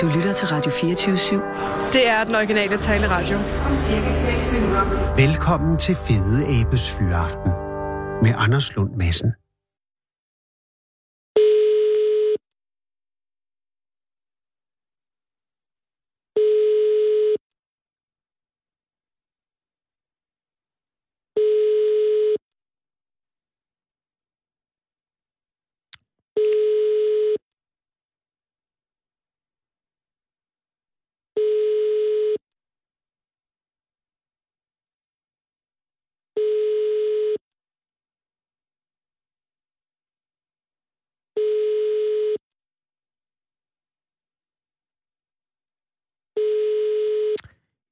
Du lytter til Radio 24 /7. Det er den originale taleradio. Velkommen til Fede Abes Fyraften med Anders Lund Madsen.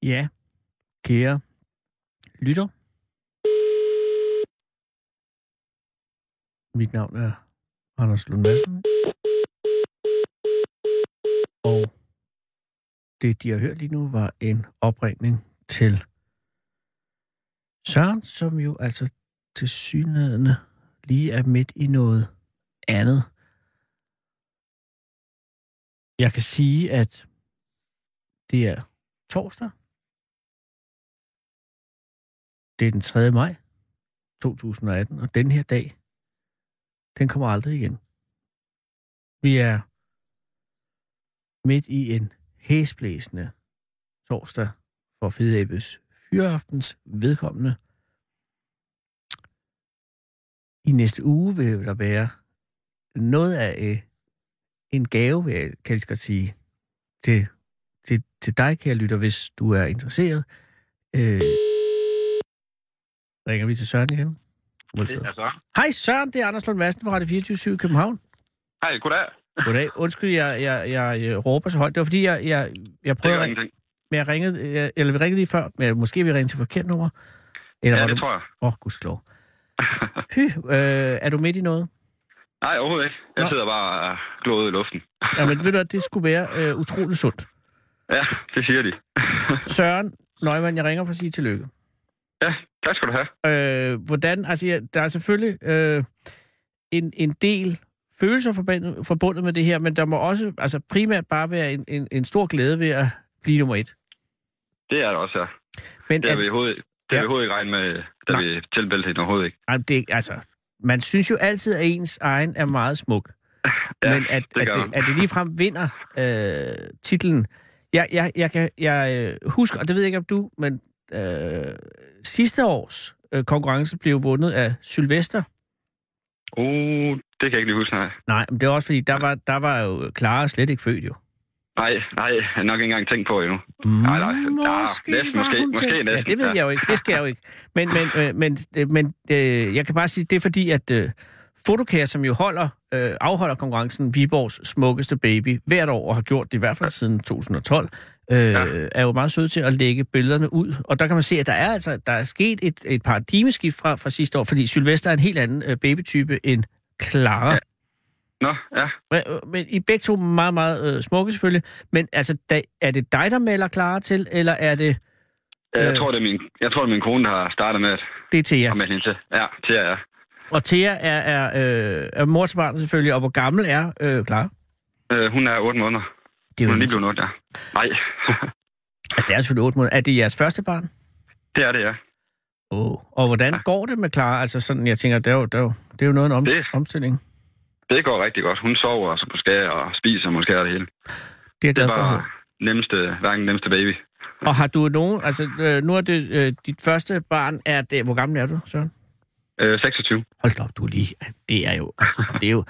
Ja, kære lytter. Mit navn er Anders Lund Madsen. Og det, de har hørt lige nu, var en opringning til Søren, som jo altså til synlædende lige er midt i noget andet. Jeg kan sige, at det er torsdag. Det er den 3. maj 2018, og den her dag, den kommer aldrig igen. Vi er midt i en hæsblæsende torsdag for Fede Ebbes fyraftens vedkommende. I næste uge vil der være noget af øh, en gave, vil jeg- kan jeg lige så godt sige, til til, til dig, kære lytter, hvis du er interesseret. Øh, ringer vi til Søren igen? Modtaget. Det er så. Hej Søren, det er Anders Lund Madsen fra Radio 24 i København. Hej, goddag. Goddag. Undskyld, jeg, jeg, jeg, jeg råber så højt. Det var fordi, jeg, jeg, jeg Det prøvede gør at ringe, ingenting. men jeg ringede, øh, eller vi ringede lige før, men måske vi ringede til forkert nummer. Eller Ja, var det du... tror jeg. Åh, oh, gudskelov. Hy, øh, er du midt i noget? Nej, overhovedet ikke. Jeg Nå. sidder bare og glåede i luften. Jamen, ved du at det skulle være øh, utroligt sundt. Ja, det siger de. Søren Nøgman, jeg ringer for at sige tillykke. Ja, tak skal du have. øh, hvordan, altså ja, der er selvfølgelig øh, en, en del følelser forbundet, forbundet med det her, men der må også altså primært bare være en, en, en stor glæde ved at blive nummer et. Det er det også, ja. Men Det har at, vi overhovedet, det har Ja. vi overhovedet ikke regnet med, da Nej. vi tilmeldte hende overhovedet ikke. ej, det, er- altså, man synes jo altid, at ens egen er meget smuk, Ja, men at det at, gør det, man. at det ligefrem vinder øh, titlen. Jeg, jeg, jeg kan jeg, øh, husker, og det ved jeg ikke om du, men øh, sidste års øh, konkurrence blev vundet af Sylvester. Uh, det kan jeg ikke lige huske, nej. Nej, men det er også fordi, der var, der var jo Clara slet ikke født jo. Nej, nej, jeg har nok ikke engang tænkt på endnu. nej, nej. Mm. Måske, Ja, næsten, var måske, hun måske til. Ja, næsten, det ved ja. jeg jo ikke. Det skal jeg jo ikke. Men, men, øh, men, øh, men øh, jeg kan bare sige, det er fordi, at øh, Fotokær, som jo holder, øh, afholder konkurrencen Viborgs smukkeste baby hvert år, og har gjort det i hvert fald siden 2012, øh, Ja. er jo meget søde til at lægge billederne ud. Og der kan man se, at der er, altså, der er sket et, et paradigmeskift fra, fra sidste år, fordi Sylvester er en helt anden øh, babytype end Clara. Nå, ja. Men, men I er begge to meget, meget øh, smukke selvfølgelig. Men altså, da, er det dig, der melder klar til, eller er det, Jeg, Øh. tror, det er min, jeg tror, det er min kone, der har startet med at det er Thea? ja. melde hende til. Ja, til jer, ja. Og Thea er, er, øh, er mor til barnet selvfølgelig, og hvor gammel er øh, Clara? Øh, Hun er 8 måneder. Det er Hun jo er lige lige blevet 8, ja. Nej, altså, det er selvfølgelig 8 måneder. Er det jeres første barn? det er det, ja. Oh. Og hvordan ja. går det med Clara? Altså sådan, jeg tænker, det er jo, det er jo, det er jo noget af en Det- oms- omstilling. Det går rigtig godt. Hun sover så måske og spiser måske og det hele. Det er jeg Det glad for. at høre. var nemmeste, hverken nemmeste baby. Og har du nogen, altså øh, nu er det øh, dit første barn, er det, hvor gammel er du, Søren? Øh, 26. Hold da op, du er lige, det er jo, altså, det er jo,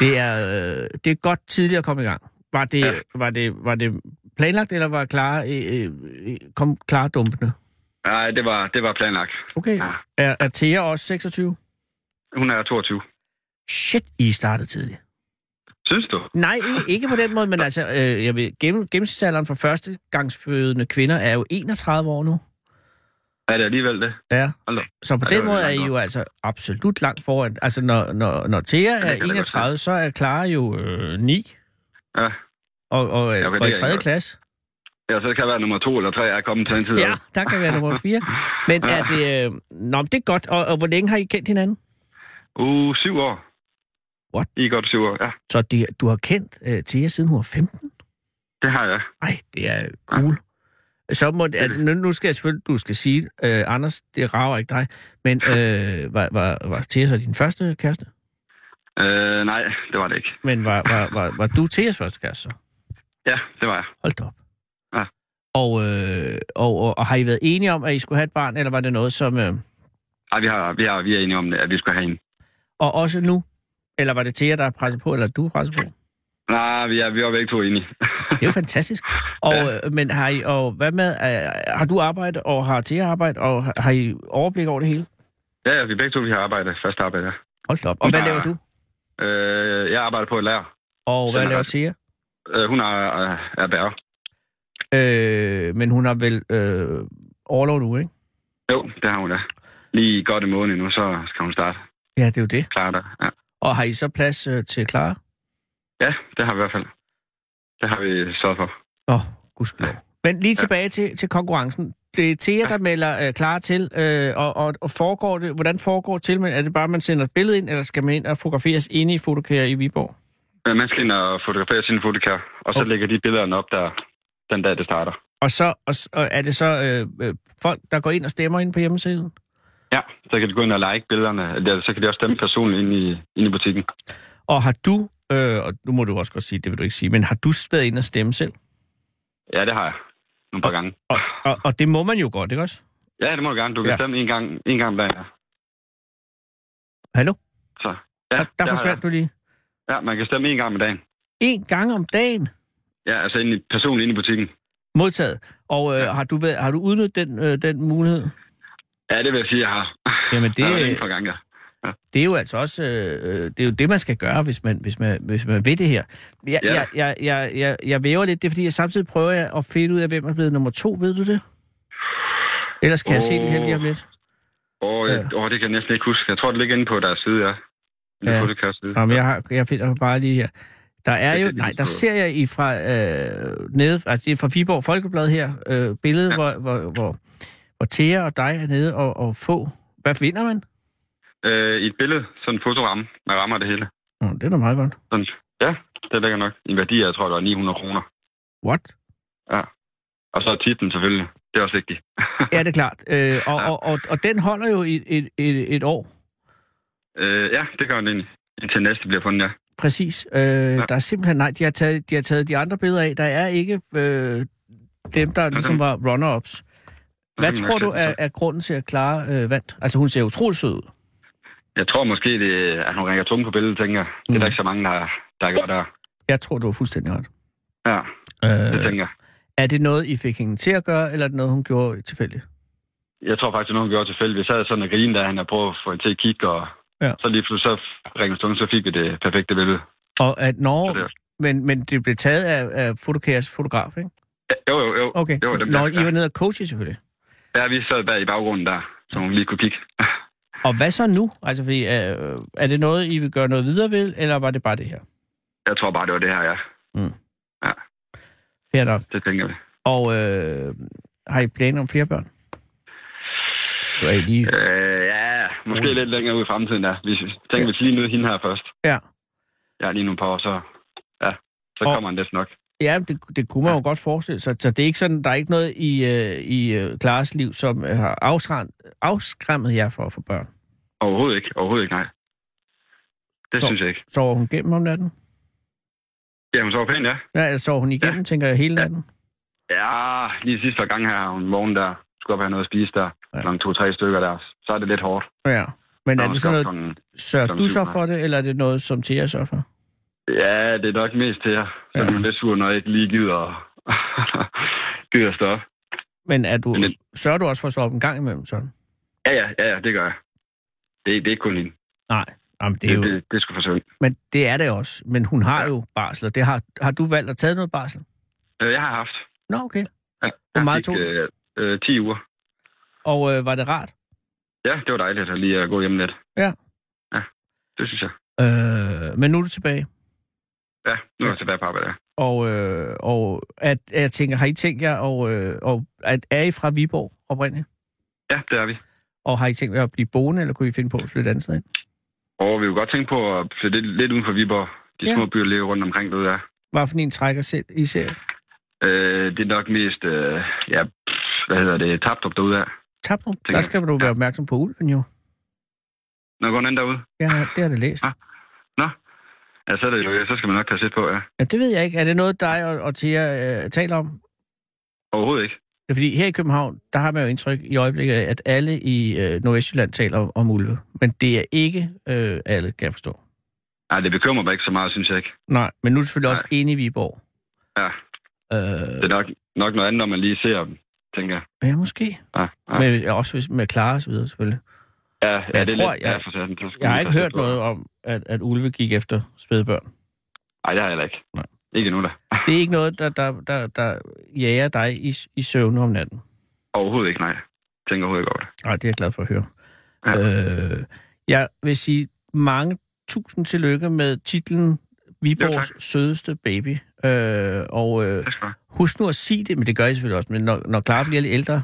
det er, øh, det er godt tidligt at komme i gang. Var det, ja. Ja. var det, var det planlagt, eller var Clara, øh, øh, kom Clara dumpende? Nej, det var, det var planlagt. Okay. Ja. Er, er Thea også 26? Hun er 22. Shit, I startede tidligt. Synes du? Nej, ikke- ikke på den måde, men altså, øh, jeg ved, gennem, gennemsnitsalderen for førstegangsfødende kvinder er jo 31 år nu. Er det alligevel det? Ja. Hold da. Så på Ja, det den var måde er langt I nok. jo altså absolut langt foran. Altså, når, når, når Thea kan er jeg da godt 31, så er Clara jo øh, 9 Ja. og, og Ja, øh, men går i det er 3. ikke- klasse. ja, så det kan være nummer to eller tre er kommet til en tid. Ja, der kan være nummer 4. Men er det... Øh, nå, men det er godt. Og, og hvor længe har I kendt hinanden? Uh, syv år. What? I er godt syv år, ja. Så det, du har kendt øh, Thea, siden hun var 15? Det har jeg. Ej, det er cool. Så må det, at, nu- nu skal jeg selvfølgelig, du skal sige, øh, Anders, det rager ikke dig, men øh, var, var, var Thea så din første kæreste? Øh, nej, det var det ikke. Men var, var, var, var du Theas første kæreste så? Ja, det var jeg. Hold da op. Ja. Og, øh, og, og, og har I været enige om, at I skulle have et barn, eller var det noget, som... Øh, Ej, vi, har, vi, har, vi er enige om, at vi skulle have en. og også nu? Eller var det Thea, der er presset på, eller du er presset på? Nej, vi er, vi er begge to enige. Det er jo fantastisk. Og, ja. Men har I, og hvad med, øh, har du arbejde, og har Thea arbejde, og har, har I overblik over det hele? ja, ja, vi begge to vi har arbejdet. Første arbejde. Hold da op. Og hvad Nej. laver du? Øh, jeg arbejder på et lager. Og hvad Sådan laver også. Thea? Øh, hun er, er, er bærer. Øh, men hun har vel øh, overlov nu, ikke? Jo, det har hun da. Lige godt en måned nu, så skal hun starte. Ja, det er jo det. Klar der. Ja. Og har I så plads øh, til Clara? ja, det har vi i hvert fald. Det har vi sørget for. Åh, oh, gudskelov. Men lige tilbage til, til konkurrencen. Det er Thea, der melder øh, Clara til, øh, og, og, og foregår det, hvordan foregår til? Men er det bare, man sender et billede ind, eller skal man ind og fotograferes inde i fotokærer i Viborg? Øh, Man skal ind og fotografere sine fotokær, og så Okay. okay. lægger de billederne op der, den dag det starter. Og så og, s- og er det så øh, øh, folk, der går ind og stemmer ind på hjemmesiden? Ja, så kan de gå ind og like billederne. Eller så kan de også stemme personligt ind i, ind i butikken. Og har du, øh, og nu må du også godt sige, det vil du ikke sige, men har du været ind og stemme selv? Ja, det har jeg. Nogle par gange. Og, og, og det må man jo godt, ikke også? Ja, det må du gerne. Du kan Ja. ja. stemme en gang, en gang hver. Hallo? Så, Ja, ja, der det har forsvandt du lige. jeg. Ja, man kan stemme en gang om dagen. En gang om dagen? Ja, altså ind i, personligt ind i butikken. Modtaget. Og øh, har, du været, har du udnyttet den, øh, den mulighed? Ja, det vil jeg sige, jeg har. Jamen det, Det... Jeg har været øh, inde et par gange, ja. det er jo altså også øh, øh, det, er jo det man skal gøre, hvis man, hvis man, hvis man ved det her. Jeg, Ja. jeg, jeg, jeg, jeg, jeg væver lidt, det er fordi, jeg samtidig prøver jeg at finde ud af, hvem er blevet nummer to, ved du det? Ellers kan oh. jeg se det Åh. heldige om lidt. Åh, ja. åh, det kan jeg næsten ikke huske. Jeg tror, det ligger inde på deres side, ja. Inde Ja. på fotokærs side. Jamen, jeg, har, jeg finder bare lige her. Der er Det er jo, det, vi nej, der prøver. ser jeg i fra, øh, nede, altså det er fra Viborg Folkeblad her, øh, billedet, ja. Ja. hvor, hvor, hvor, hvor Thea og dig er nede og, og få. Hvad vinder man? Øh, I et billede, sådan en fotoramme. Man rammer det hele. Oh, det er da meget godt. Sådan, ja, det ligger nok. I værdi, jeg tror, det var 900 kroner. What? Og så er titlen selvfølgelig. Det er også vigtigt. Ja, det er klart. Øh, og, Ja. og, og, og den holder jo i et, et, et år, Øh, ja, det gør den egentlig. Indtil næste bliver fundet, ja. præcis. Øh, ja. Der er simpelthen, nej, de har, taget, de har taget de andre billeder af. Der er ikke øh, dem, der ligesom var runner-ups. Hvad kan man tror nok du sætte er, den er grunden til, at Clara øh, vandt? Altså, hun ser utrolig sød ud. Jeg tror måske, det, at hun ringer tunge på billedet, tænker jeg. Det er Mm. der ikke så mange, der, der gør der. Jeg tror, du har fuldstændig ret. Ja, det Øh, tænker jeg. er det noget, I fik hende til at gøre, eller er det noget, hun gjorde tilfældigt? Jeg tror faktisk, at hun gjorde tilfældigt. Vi sad sådan og grinede, da han havde prøvet at få hende til at kigge, og Ja. ja. så lige pludselig så ringede tunge, så fik vi det perfekte billede. Og at Så det når, er- men, men det blev taget af, af Fotokæres fotograf, ikke? Ja, Jo, jo, jo. Okay. Det var dem, Når der- I var nede og coache, selvfølgelig. Ja, vi sad bag i baggrunden der, så hun lige kunne kigge. Og hvad så nu? Altså, fordi, øh, er det noget, I vil gøre noget videre ved, eller var det bare det her? Jeg tror bare, det var det her, ja. Fair nok. Det tænker vi. Og øh, har I planer om flere børn? Du er I lige... Øh, ja, måske lidt længere ud i fremtiden, ja. Vi tænker, vi skal lige nyde hende her først. Ja. Ja, lige nu par år, så, ja, så Og- kommer han næsten nok. Ja, det, det kunne man jo godt forestille sig. Så det er ikke sådan, der er ikke noget i, øh, i øh, Klares liv, som øh, har afskræmmet, afskræmmet jer for at få børn. Overhovedet ikke. Overhovedet ikke, nej. Så- Det så. synes jeg ikke. Sover hun gennem om natten? Jamen, så var pænt, ja. Ja, eller sover hun igennem, ja. tænker jeg, hele natten? Ja, lige sidste par gange her, har hun vågen der, skulle op og have noget at spise der, Ja. ja. klokken to-tre stykker der, så er det lidt hårdt. Ja. Men Når er hun det skal sådan op noget, klokken- sørger klokken du syv, så nej. for det, eller er det noget, som Thea sørger for? Ja, det er nok mest til jer. Så Ja. ja. er hun lidt sur, når jeg ikke lige gider, gider at stå op. Men er du, Men det- sørger du også for at stå op en gang imellem sådan? Ja, ja, ja, ja, det gør jeg. Det, det er ikke kun hende. Nej, Jamen, det er Det, jo... det, det, er sgu for sødt. Men det er det også. Men hun har Ja. jo barsel, og det har, har du valgt at tage noget barsel? Øh, Jeg har haft. Nå, okay. Ja, Hvor meget jeg tog fik, øh, øh, 10 uger. Og øh, var det rart? Ja, det var dejligt at lige at gå hjem lidt. Ja. Ja, det synes jeg. Øh, men nu er du tilbage. Ja, nu er jeg tilbage på arbejde. ja. Og, øh, og at, at jeg tænker, har I tænkt jer, og, øh, og at, er I fra Viborg oprindeligt? Ja, det er vi. Og har I tænkt jer at blive boende, eller kunne I finde på at flytte andet sted ind? Og vi kunne godt tænke på at flytte lidt uden for Viborg. De Ja. ja. små byer ligger rundt omkring derude, ja. Hvad for en trækker selv, I ser? Øh, det er nok mest, øh, ja, pff, hvad hedder det, Taptop derude af. Tabrum, der skal du være opmærksom på ulven jo. Når går den anden derude? Ja, det har det læst. Ah. Ja, så, er det jo, så skal man nok passe lidt på, ja. Ja, det ved jeg ikke. Er det noget, dig og, og Thea øh, taler om? Overhovedet ikke. Det er fordi, her i København, der har man jo indtryk i øjeblikket, af, at alle i øh, Nordvestjylland taler om, om ulve. Men det er ikke øh, alle, kan jeg forstå. Nej, det bekymrer mig ikke så meget, synes jeg ikke. Nej, men nu er du selvfølgelig også inde i Viborg. Ja. Øh, Det er nok, nok noget andet, når man lige ser dem, tænker jeg. Ah, ja, måske. Ja, ja. Men også hvis med Clara og så videre, selvfølgelig. ja, ja, jeg det er tror, lidt, jeg- ja, for satan, det skal Jeg har man ikke passe hørt lidt på. noget om, at, at ulve gik efter spædbørn. Nej, det har jeg heller ikke. Nej. Nej. Ikke nu da. Det er ikke noget, der, der, der, der jager dig i, i søvne om natten. Overhovedet ikke, nej. Tænker overhovedet ikke over det. Nej, det er jeg glad for at høre. Ja. Øh, jeg vil sige mange tusind tillykke med titlen Viborgs Jo, sødeste baby. Øh, og øh, Tak skal du have. husk nu at sige det, men det gør I selvfølgelig også, men når, når Clara bliver lidt ældre,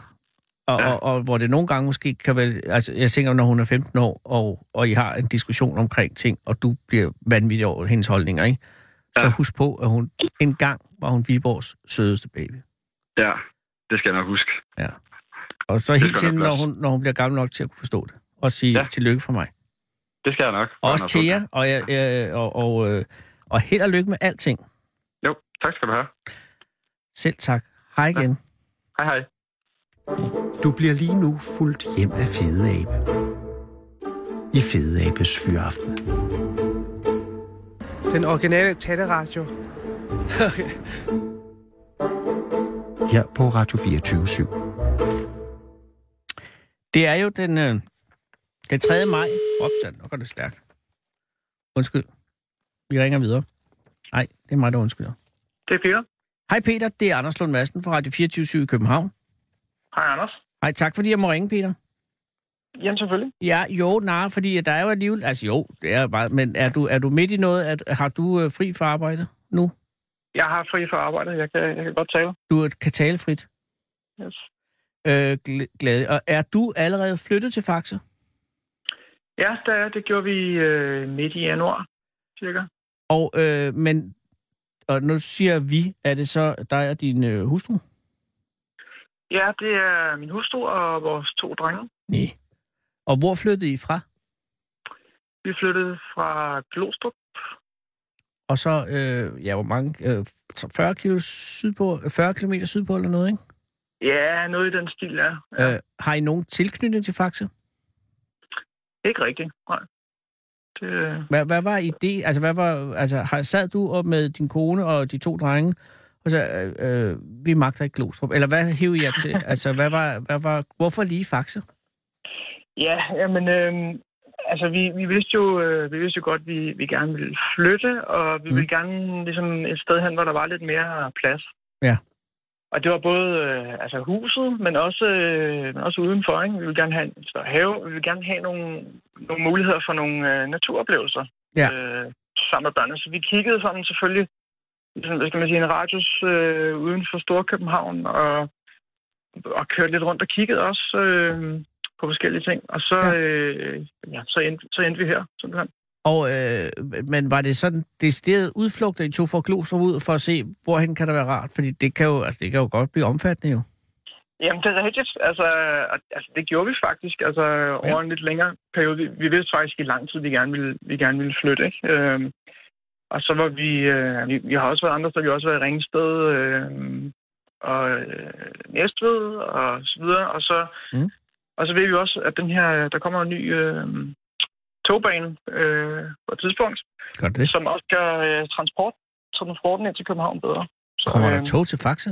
og, Ja. ja. og, og hvor det nogle gange måske kan være, altså jeg tænker, når hun er 15 år, og, og I har en diskussion omkring ting, og du bliver vanvittig over hendes holdninger, ikke? Så Ja. husk på, at hun engang var hun Viborgs sødeste baby. Ja, det skal jeg nok huske. Og så Det helt skal til, nok når gøres. hun, når hun bliver gammel nok til at kunne forstå det, og sige ja. Ja. tillykke fra mig. Det skal jeg nok. Og også Nå, så- til jer, og, jeg, jeg, og, og, øh, og held og lykke med alting. Jo, tak skal du have. Selv tak. Hej igen. Ja. Hej hej. Du bliver lige nu fuldt hjem af Fede Abe. I Fede Abes Fyraften. Den originale taleradio. okay. Her på Radio 24 7. Det er jo den, øh, den 3. maj. Opsat, nu går det stærkt. Undskyld. Vi ringer videre. Nej, det er mig, der undskylder. Det er Peter. Hej Peter, det er Anders Lund Madsen fra Radio 24 i København. Hej, Anders. Hej, tak fordi jeg må ringe, Peter. Jamen, selvfølgelig. Ja, jo, nej, fordi der er jo alligevel... Altså jo, det er bare... Men er du, er du midt i noget? At, har du øh, fri fra arbejde nu? Jeg har fri for arbejde. Jeg kan, jeg kan godt tale. Du kan tale frit. Yes. Øh, gl- glæde. Og er du allerede flyttet til Faxe? Ja, det, er- det gjorde vi øh, midt i januar, cirka. Og, øh, men, og nu siger vi, er det så dig og din øh, hustru? Ja, det er min hustru og vores to drenge. Nej. Og hvor flyttede I fra? Vi flyttede fra Glostrup. Og så, øh, ja, hvor mange? Øh, 40, kilo sydpå, 40 km sydpå eller noget, ikke? Ja, noget i den stil, ja. ja. Øh, har I nogen tilknytning til Faxe? Ikke rigtigt, nej. Det, øh, Hvad, hvad var idé? Altså, hvad var, altså har, sad du op med din kone og de to drenge, og så, øh, øh, vi magter ikke Glostrup? Eller hvad hævde jeg til? Altså, hvad var, hvad var, hvorfor lige Faxe? Ja, jamen, øh, altså vi, vi, vidste jo, øh, vi vidste jo godt, at vi, vi gerne ville flytte, og vi Mm. mm. ville gerne ligesom et sted hen, hvor der var lidt mere plads. Ja. Og det var både øh, altså huset, men også, øh, men også udenfor. Ikke? Vi ville gerne have en større have, vi ville gerne have nogle, nogle muligheder for nogle øh, naturoplevelser Ja. øh, sammen med børnene. Så vi kiggede sådan selvfølgelig, ligesom, hvad skal man sige, en radius øh, uden for Storkøbenhavn, og, og kørte lidt rundt og kiggede også. Øh, på forskellige ting. Og så, Ja. ja. Øh, ja, så, endte, så endte vi her, simpelthen. Og, øh, men var det sådan decideret udflugter, I tog fra Glostrup ud for at se, hvorhen kan der være rart? Fordi det kan jo, altså, det kan jo godt blive omfattende jo. Jamen, det er rigtigt. Altså, og- altså det gjorde vi faktisk altså, over en lidt længere periode. Vi, vi vidste faktisk i lang tid, vi gerne ville, vi gerne ville flytte. Ikke? Øhm, og så var vi, øh, vi... Vi har også været andre steder. Vi har også været i Ringsted øh, og øh, Næstved og så videre. Og så, Mm. mm. og så ved vi også, at den her, der kommer en ny øh, togbane øh, på et tidspunkt. Gør det? som også gør øh, transport, transporten ind til København bedre. Så, Kommer der øh, tog til Faxe?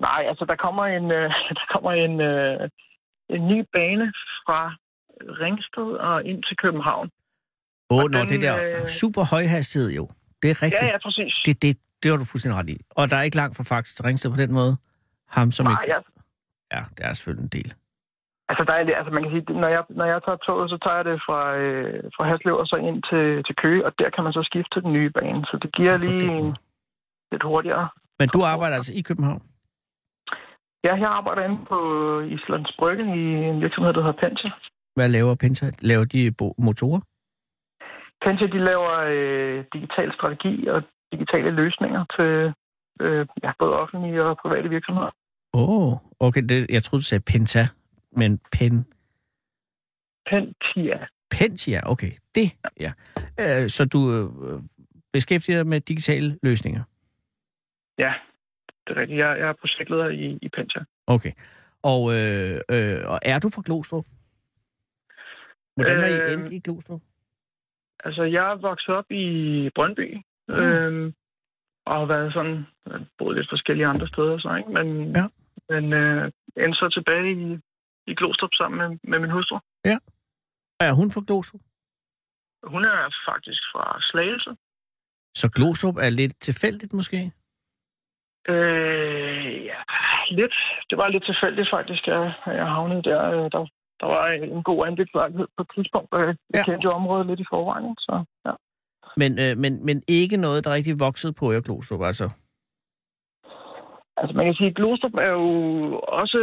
Nej, altså der kommer en, øh, der kommer en, øh, en ny bane fra Ringsted og ind til København. Åh, og nå, den, det der øh, super højhastighed jo. Det er rigtigt. Ja, ja, præcis. Det, det, det var du fuldstændig ret i. Og der er ikke langt fra Faxe til Ringsted på den måde. Ham som Nej, ikke... ja, Ja, det er selvfølgelig en del. altså, der er, lidt- altså man kan sige, det- når jeg, når jeg tager toget, så tager jeg det fra, øh, fra Haslev og så ind til, til Køge, og der kan man så skifte til den nye bane. Så det giver På den lige måde. en, lidt hurtigere. Men du arbejder altså i København? Ja, jeg arbejder inde på Islands Brygge i en virksomhed, der hedder Pension. Hvad laver Penta? Laver de bo- motorer? Pension, de laver øh, digital strategi og digitale løsninger til, øh, ja, både offentlige og private virksomheder. Åh, oh, okay. Det, jeg troede, du sagde Penta, men Pen... Pentia. Pentia, okay. Det, ja. Øh, så du øh, beskæftiger dig med digitale løsninger. Ja, det er rigtigt. Jeg, jeg er projektleder i, i Pentia. Okay. Og, øh, øh, og er du fra Glostrup? Hvordan var I Øh, endt i Glostrup? Altså, jeg er vokset op i Brøndby. Mm. Øhm, og har været sådan, øh, boet lidt forskellige andre steder og så, ikke? Men, Ja. men øh, endte så tilbage i, i Glostrup sammen med, med min hustru. Er hun fra Glostrup? Hun er faktisk fra Slagelse. Så Glostrup er lidt tilfældigt måske? Øh, ja, lidt. Det var lidt tilfældigt faktisk, at jeg- at jeg havnede der. Øh, Der, der var en god andelsvejlighed på et tidspunkt, og jeg Ja. ja. kendte jo området lidt i forvejen. ikke? Så, ja. Men, øh, men, men ikke noget, der rigtig voksede på jer, Glostrup, altså? Altså man kan sige, at Glostrup er jo også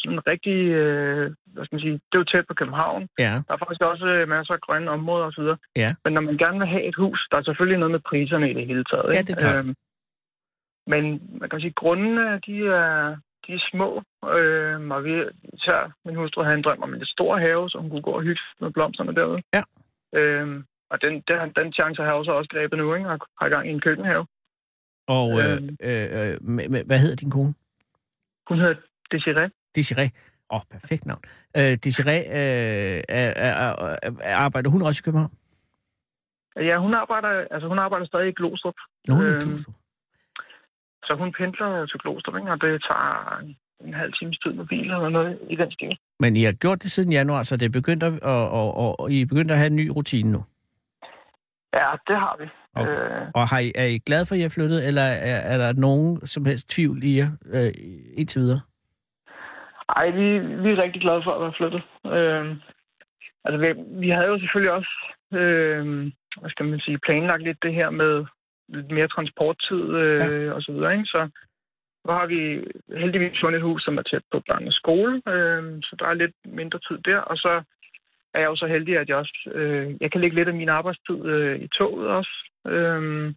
sådan en rigtig, øh, hvad skal man sige, det er jo tæt på København. Ja, Der er faktisk også øh, masser af grønne områder osv. Ja. Men når man gerne vil have et hus, der er selvfølgelig noget med priserne i det hele taget. Ja, Ikke? det er klart. Øhm, men man kan sige, at grundene, de er, de er små. Øh, og vi, især min hustru havde en drøm om en lidt stor have, så hun kunne gå og hygge med blomsterne derude. Ja. Øhm, og den, den, den chance har jeg også, også grebet nu, ikke? Og har gang i en køkkenhave. og øh, Øhm. øh, øh, med, med, hvad hedder din kone? Hun hedder Desiree. Desiree. Åh, oh, perfekt navn. Øh, Desiree, øh, er, er, er, er- arbejder hun også i København? Ja, hun arbejder, altså, hun arbejder stadig i Glostrup, Nå, hun er i Øhm. Glostrup. så hun pendler til Glostrup, ikke? og det tager en, en halv times tid med bil eller noget i den stil. Men I har gjort det siden januar, så det er begyndt at, og, og, og, og I er begyndt at have en ny rutine nu. Ja, det har vi. Okay. Øh, Og har I, er I glade for, at I er flyttet, eller er, er der nogen som helst tvivl i jer øh, indtil videre? ej, vi, vi er rigtig glade for at være flyttet. Øh, altså, vi, vi havde jo selvfølgelig også, øh, hvad skal man sige, planlagt lidt det her med lidt mere transporttid øh, ja. og så videre, ikke? Så nu har vi heldigvis fundet et hus, som er tæt på børnenes skole, øh, så der er lidt mindre tid der, og så er jeg jo så heldig, at jeg også øh, jeg kan lægge lidt af min arbejdstid øh, i toget også. Øh,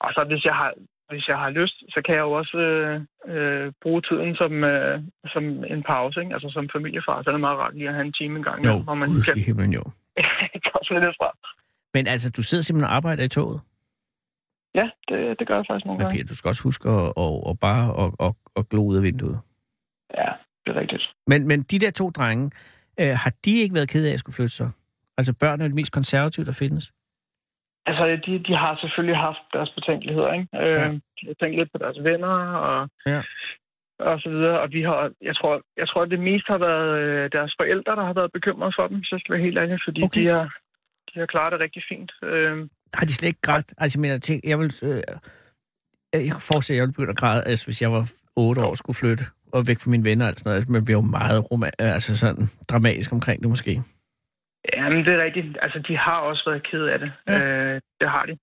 og så hvis jeg har hvis jeg har lyst, så kan jeg jo også øh, øh, bruge tiden som, øh, som en pause, ikke? altså som familiefar. Så er det meget rart lige at have en time en gang, imellem, hvor man gud kan i himlen jo. komme lidt fra. Men altså, du sidder simpelthen og arbejder i toget. Ja, det, det gør jeg faktisk nogle Men gange. Peter, du skal også huske at, og, og bare og, og, og glo ud af vinduet. Ja, det er rigtigt. Men, men de der to drenge, øh, har de ikke været ked af, at jeg skulle flytte så? Altså, børn er det mest konservative, der findes. Altså, de, de har selvfølgelig haft deres betænkeligheder, ikke? Øh, Ja. De har tænkt lidt på deres venner og, Ja. og så videre. Og vi har, jeg tror, jeg tror, det mest har været øh, deres forældre, der har været bekymrede for dem, hvis jeg skal være helt ærlig, fordi Okay. okay. de, har, de har klaret det rigtig fint. Øh, Har de slet ikke grædt? Altså, jeg mener, tænk, jeg vil... Øh, jeg kan forestille, at jeg ville begynde at græde, altså, hvis jeg var otte år og skulle flytte og væk fra mine venner og sådan noget. Altså, man bliver jo meget roma- øh, altså sådan dramatisk omkring det måske. Jamen, det er rigtigt. Altså, de har også været ked af det. Ja. Ja. Øh, det har de.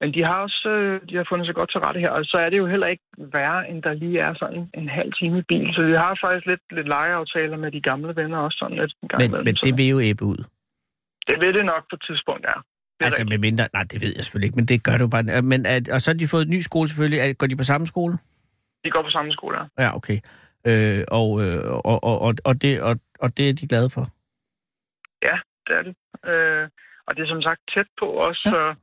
Men de har også øh, de har fundet sig godt til rette her, og så er det jo heller ikke værre, end der lige er sådan en halv time i bil. Så vi har faktisk lidt, lidt legeaftaler med de gamle venner også sådan lidt en gang Men, imellem. men Så det vil jo æbe ud. det vil det nok på et tidspunkt, ja. Det er Altså, rigtigt. med mindre... Nej, det ved jeg selvfølgelig ikke, men det gør det jo bare. Men, at, og så har de fået en ny skole selvfølgelig. Er- Går de på samme skole? De går på samme skole, ja. Ja, okay. Øh, og, øh, og, og, og, og, det, og, og det er de glade for. det er det. Øh, og det er som sagt tæt på også, Ja. ja. så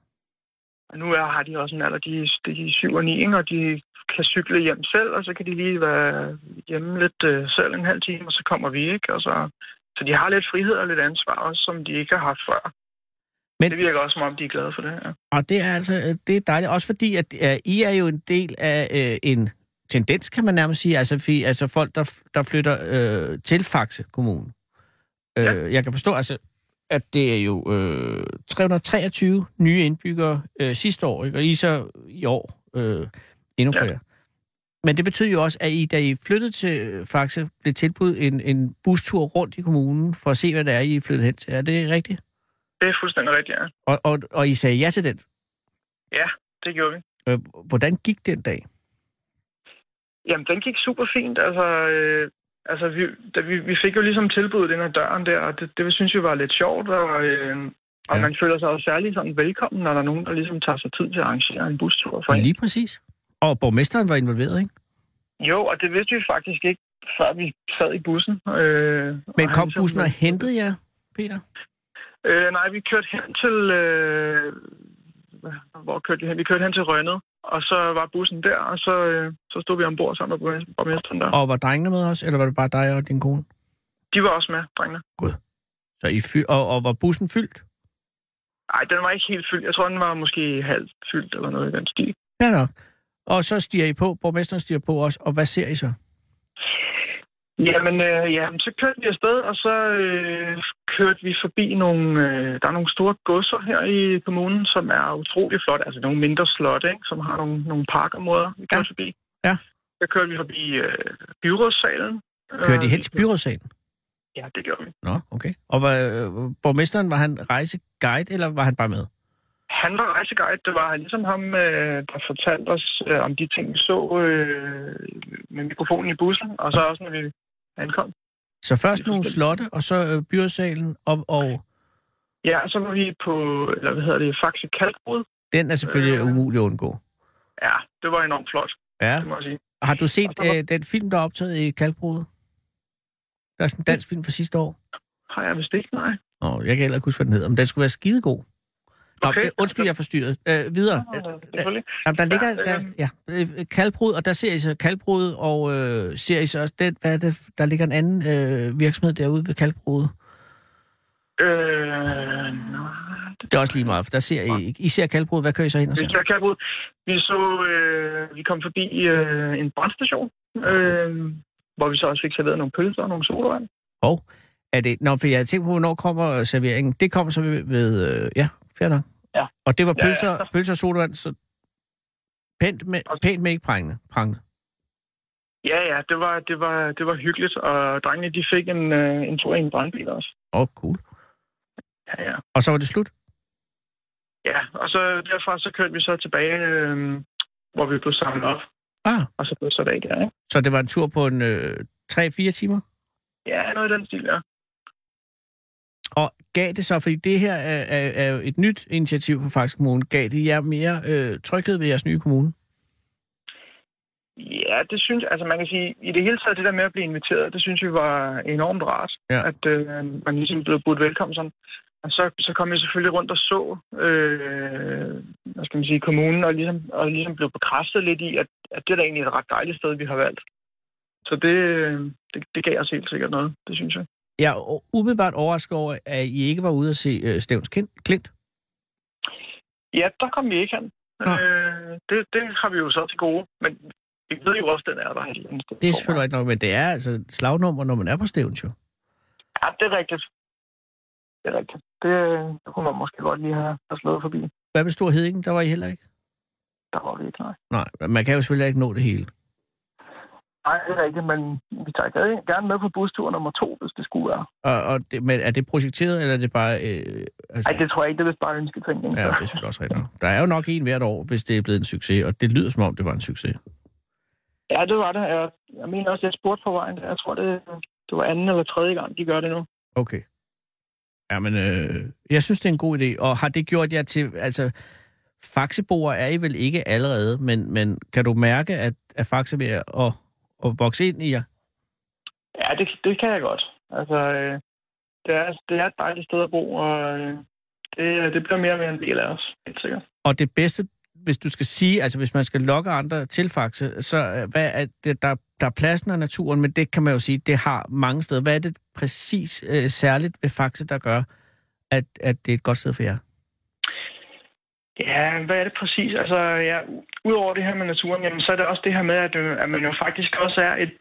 og nu er, har de også en alder, de, de er 7 og 9, ikke? og de kan cykle hjem selv, og så kan de lige være hjemme lidt øh, selv en halv time, og så kommer vi, ikke? Og så, så de har lidt frihed og lidt ansvar også, som de ikke har haft før. Men- Men... Det virker også, som om de er glade for det, ja. Og det er altså øh, det er dejligt, også fordi, at, at I er jo en del af øh, en tendens, kan man nærmest sige, altså, fordi, altså folk, der, f- der flytter øh, til Faxe Kommune. Øh, Ja. Jeg kan forstå, altså, at det er jo øh, 323 nye indbyggere øh, sidste år, ikke? og I er så i år øh, endnu Ja. flere. Men det betyder jo også, at I, da I flyttede til øh, Faxe, blev tilbudt en, en bustur rundt i kommunen for at se, hvad det er, I er flyttet hen til. Er det rigtigt? Det er fuldstændig rigtigt, ja. Og, og, og I sagde ja til den. Det gjorde vi. Øh, hvordan gik den dag? Jamen, den gik super fint. Altså, øh, altså vi, da vi, vi fik jo ligesom tilbuddet ind ad døren der, og det, det synes vi var lidt sjovt. Og, øh, og Ja. ja. man føler sig jo særlig sådan velkommen, når der er nogen, der ligesom tager sig tid til at arrangere en bustur for en. Lige præcis. Og borgmesteren var involveret, ikke? Jo, og det vidste vi faktisk ikke, før vi sad i bussen. Øh, og Men han kom ligesom- bussen og hentede jer, Peter? Øh, nej, vi kørte hen til... Øh, hvad- hvor kørte vi hen? Vi kørte hen til Rønnet, og så var bussen der, og så, øh, så stod vi ombord sammen med borgmest- borgmesteren der. Og var drengene med os, eller var det bare dig og din kone? De var også med, drengene. Så I fy- og, og var bussen fyldt? Nej, den var ikke helt fyldt. Jeg tror, den var måske halvt fyldt eller noget i den stil. Ja nok. Og så stiger I på, borgmesteren stiger på os, og hvad ser I så? Jamen, øh, jamen, så kørte vi afsted, og så øh, kørte vi forbi nogle... Øh, der er nogle store godser her i kommunen, som er utrolig flotte. Altså nogle mindre slotte, ikke? som har nogle, nogle parkområder, vi kørte ja. forbi. Ja. Så kørte vi forbi øh, byrådssalen. Kører de Øh, hen til byrådssalen? Ja, det gjorde vi. Nå, okay. Og var, øh, borgmesteren, var han rejseguide, eller var han bare med? Han var rejseguide. Det var ligesom ham, øh, der fortalte os øh, om de ting, vi så øh, med mikrofonen i bussen, og så også, når vi ankom. Så først nogle slotte, og så øh, byrådssalen, og, og Ja, så var vi på, eller hvad hedder det, Faxe Kalkbrud. den er selvfølgelig Øh. umulig at undgå. Ja, det var enormt flot, Ja. det må jeg sige. Har du set Og så var- øh, den film, der er optaget i Kalkbruget? Der er sådan en dansk film fra sidste år. Har jeg vist ikke? Nej. Åh, jeg kan heller ikke huske, hvad den hedder, men den skulle være skidegod. Nå, Okay. okay. det, undskyld, jeg er forstyrret. Øh, videre. Nå, Øh, Selvfølgelig. Jamen, der ligger, Ja, der, øhm. ja, øh, kalbrud, og der ser I så kalbrud, og øh, ser I så også den, hvad er det, der ligger en anden øh, virksomhed derude ved kalbrudet. Øh, nej. Det er også lige meget, altså. for der ser I, I ser kalbrud, hvad kører I så ind og Vi ser? så Kalkbrud. Vi så, øh, vi kom forbi øh, en brandstation, øh, hvor vi så også fik serveret nogle pølser og nogle sodavand. Og er det, nå, for jeg havde tænkt på, hvornår kommer øh, serveringen. Det kommer så ved, ved øh, ja, fair nok. Ja. Og det var Ja, ja. pølser, ja, ja. pølser og sodavand, så pænt med, Og- pænt med ikke prangende. prangende. Ja, ja, det var, det var, det var hyggeligt, og drengene de fik en, øh, en tur i en brandbil også. Åh, oh, cool. Ja, ja. Og så var det slut. ja, og så derfra så kørte vi så tilbage, øh, hvor vi blev samlet op, Ah, og så blev sat af der, ikke? så det var en tur på en øh, 3-4 timer? Ja, noget i den stil, ja. Og gav det så, fordi det her er, er, er jo et nyt initiativ for Faxe Kommune, gav det jer mere øh, tryghed ved jeres nye kommune? Ja, det synes altså man kan sige, i det hele taget det der med at blive inviteret, det synes vi var enormt rart, Ja. at øh, man ligesom blev budt velkommen sådan. Og så, så kom jeg selvfølgelig rundt og så, øh, hvad skal man sige, kommunen, og ligesom, og ligesom blev bekræftet lidt i, at, at det er da egentlig et ret dejligt sted, vi har valgt. Så det, øh, det, det gav os helt sikkert noget, det synes jeg. Jeg er o- umiddelbart overrasket over, at I ikke var ude at se øh, Stævns Kin- Klint. Ja, der kom vi ikke hen. Nå. Øh, det, det har vi jo så til gode, men vi ved jo også, den er der. et eller andet sted. Det er selvfølgelig ikke nok, men det er altså et slagnummer, når man er på Stævns jo. Ja, det er rigtigt. Det er rigtigt. Det, det kunne man måske godt lige have, have slået forbi. Hvad med Stor Hedingen? Der var I heller ikke? Der var vi ikke, nej. Nej, man kan jo selvfølgelig ikke nå det hele. Nej, det er rigtigt, men vi tager gerne- gerne med på busstur nummer to, hvis det skulle være. Og, og det, men er det projekteret, eller er det bare... Øh, altså, Nej, det tror jeg ikke. Det er vist bare ønsketænkning. Ja, det er selvfølgelig også rigtigt. nok. Der er jo nok en hvert år, hvis det er blevet en succes, og det lyder som om, det var en succes. ja, det var det. Jeg, jeg mener også, jeg spurgte på vejen. Jeg tror, det, det var anden eller tredje gang, de gør det nu. Okay. Jamen, øh, jeg synes, det er en god idé. Og har det gjort jer til... Altså, faxeboer er I vel ikke allerede, men, men kan du mærke, at, at faxe er ved at, at vokse ind i jer? Ja, det, det kan jeg godt. Altså, øh, det, er, det er et dejligt sted at bo, og øh, det, det bliver mere og mere en del af os, helt sikkert. Og det bedste, hvis du skal sige, altså hvis man skal lokke andre til faxe, så øh, hvad er det, der, der er pladsen og naturen, men det kan man jo sige, det har mange steder. Hvad er det præcis øh, særligt ved faxe, der gør, at, at det er et godt sted for jer? Ja, hvad er det præcis? Altså, ja, udover det her med naturen, jamen, så er det også det her med, at, øh, at man jo faktisk også er et,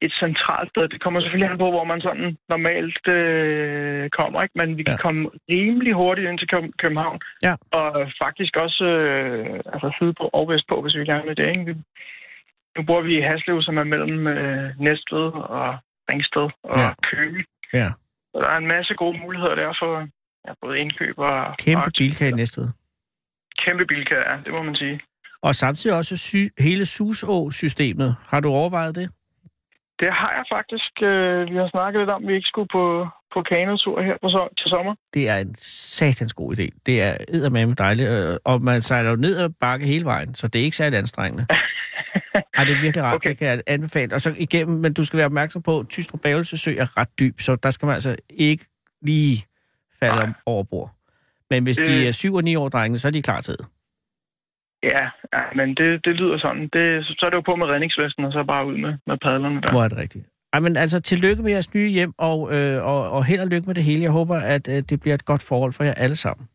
et centralt sted. Det kommer selvfølgelig an på, hvor man sådan normalt øh, kommer, ikke? Men vi kan Ja. ja. komme rimelig hurtigt ind til Køb- København. Ja. Og faktisk også øh, altså sydpå og vestpå, hvis vi gerne vil det, ikke? Vi- Nu bor vi i Haslev, som er mellem øh, Næstved og Ringsted og Ja. ja. Køge. Ja. Så der er en masse gode muligheder der for ja, både indkøb og... Kæmpe og- bilkage i Næstved. Kæmpe bilkær, ja, det må man sige. Og samtidig også sy- hele Suså-systemet. Har du overvejet det? Det har jeg faktisk. Øh, vi har snakket lidt om, at vi ikke skulle på, på kanotur her på, so- til sommer. Det er en satans god idé. Det er eddermame dejligt, øh, og man sejler jo ned og bakke hele vejen, så det er ikke særlig anstrengende. Ej, det er virkelig rart, okay. Okay. det kan jeg anbefale. Og så igennem, men du skal være opmærksom på, at Tystrup Bavelsesø er ret dyb, så der skal man altså ikke lige falde om over bord. Men hvis de Øh. er 7 og 9 år drengene, så er de klar til det. Ja, ja men det, det lyder sådan. Det, så, så er det jo på med redningsvesten, og så bare ud med, med padlerne der. Hvor er det rigtigt? Ej, men altså, tillykke med jeres nye hjem, og, øh, og, og held og lykke med det hele. Jeg håber, at øh, det bliver et godt forhold for jer alle sammen.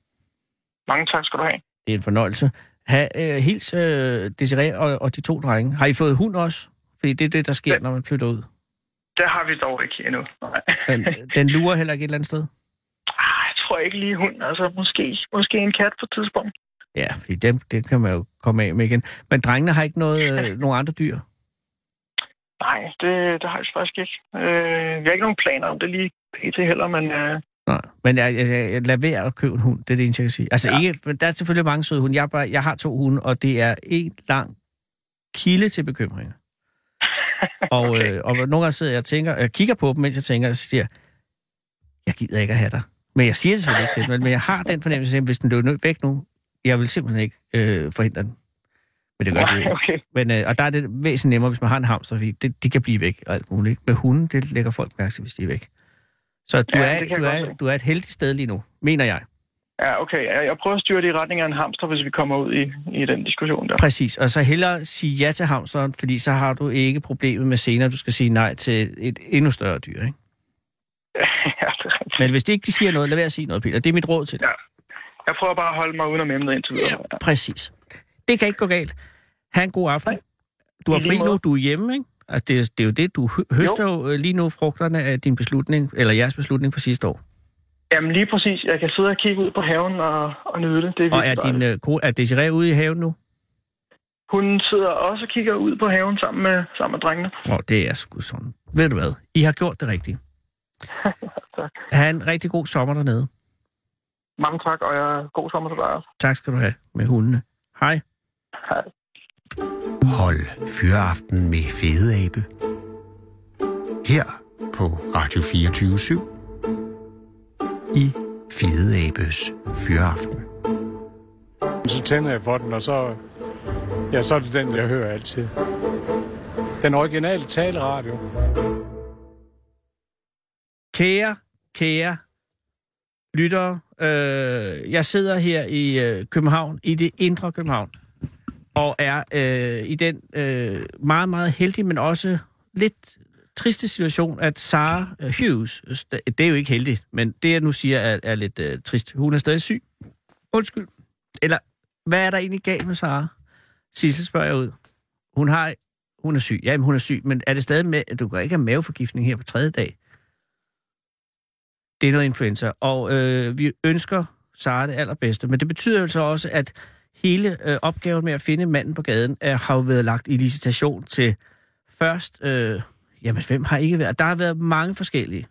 Mange tak skal du have. Det er en fornøjelse. Ha, øh, hils øh, Desiree og, og de to drenge. Har I fået hund også? Fordi det er det, der sker, Ja. når man flytter ud. Det har vi dog ikke endnu. Nej. Den, den lurer heller ikke et eller andet sted. Ah, jeg tror ikke lige hund. Altså, måske, måske en kat på et tidspunkt. Ja, fordi dem, det kan man jo komme af med igen. Men drengene har ikke noget, øh, nogen andre dyr. Nej, det, det har vi faktisk ikke. Øh, vi har ikke nogen planer om det lige pt. heller, men øh, Nej, men jeg, jeg, jeg, lad være at købe en hund, det er det eneste, jeg kan sige. Altså ja. Ja. ikke, men der er selvfølgelig mange søde hunde. Jeg, er bare, jeg har to hunde, og det er en lang kilde til bekymringer. Og, okay. øh, og nogle gange sidder jeg og tænker, jeg kigger på dem, mens jeg tænker, og så siger, jeg, jeg gider ikke at have dig. Men jeg siger det selvfølgelig ikke til dem, men- men jeg har den fornemmelse, at hvis den løb nu- væk nu, jeg vil simpelthen ikke øh, forhindre den. Men det gør det nej, ikke. okay. Men, øh, og der er det væsentligt nemmere, hvis man har en hamster, fordi det, de kan blive væk og alt muligt. ikke? Med hunden, det lægger folk mærke til, hvis de er væk. Så du, Ja, ja, er, det kan du, jeg godt er, se. du er et heldigt sted lige nu, mener jeg. Ja, okay. Jeg, jeg prøver at styre det i retning af en hamster, hvis vi kommer ud i, i den diskussion der. Præcis, og så hellere sige ja til hamsteren, fordi så har du ikke problemet med senere, du skal sige nej til et endnu større dyr. Ikke? ja, det er rigtigt. Men hvis de ikke de siger noget, lad være at sige noget, Peter. Det er mit råd til dig. Jeg prøver bare at holde mig uden om emnet indtil videre. Ja. Præcis. Det kan ikke gå galt. Ha' en god aften. Nej. Du har I lige fri nu, måde. du er hjemme, ikke? Altså, det, er- det er jo det, du hø- høster jo øh, lige nu frugterne af din beslutning, eller jeres beslutning fra sidste år. Jamen lige præcis. Jeg kan sidde og kigge ud på haven og, og nyde det. det er Og er virkelig din dejligt. øh, kone, er Desiree ude i haven nu? Hun sidder også og kigger ud på haven sammen med, sammen med drengene. Åh, det er sgu sådan. Ved du hvad? I har gjort det rigtigt. Tak. Ha' en rigtig god sommer dernede. Mange tak, og jeg god sommer til dig også. Tak skal du have med hundene. Hej. Hej. Hold Fyraften med Fede Abe. Her på Radio 24 i Fede Abes Fyraften. Så tænder jeg for den, og så, ja, så er det den, jeg hører altid. Den originale taleradio. Kære, kære lyttere, øh, jeg sidder her i øh, København, i det indre København, og er øh, i den øh, meget, meget heldige, men også lidt triste situation, at Sara øh, Hughes, øh, st- det er jo ikke heldigt, men det jeg nu siger er, er lidt øh, trist. Hun er stadig syg. Undskyld. Eller, hvad er der egentlig galt med Sara? Sissel spørger jeg ud. Hun har, hun er syg. Jamen, hun er syg, men er det stadig med, du kan ikke have maveforgiftning her på tredje dag? det er noget influenza, og øh, vi ønsker Sara det allerbedste. Men det betyder jo så også, at hele øh, opgaven med at finde manden på gaden er, har jo været lagt i licitation til først... Øh, jamen, hvem har ikke været? Der har været mange forskellige,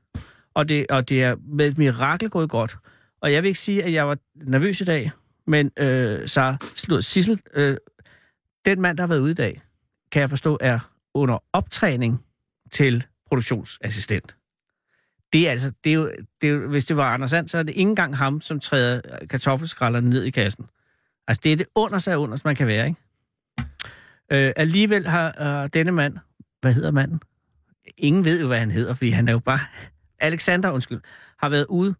og det, og det er med et mirakel gået godt. Og jeg vil ikke sige, at jeg var nervøs i dag, men øh, Sara slår Sissel. Øh, den mand, der har været ude i dag, kan jeg forstå, er under optræning til produktionsassistent det er altså, det er jo, det er jo, hvis det var Anders Sand, så er det ikke engang ham, som træder kartoffelskrællerne ned i kassen. Altså, det er det underste af underst, man kan være, ikke? Øh, alligevel har øh, denne mand, hvad hedder manden? Ingen ved jo, hvad han hedder, fordi han er jo bare... Alexander, undskyld, har været ude...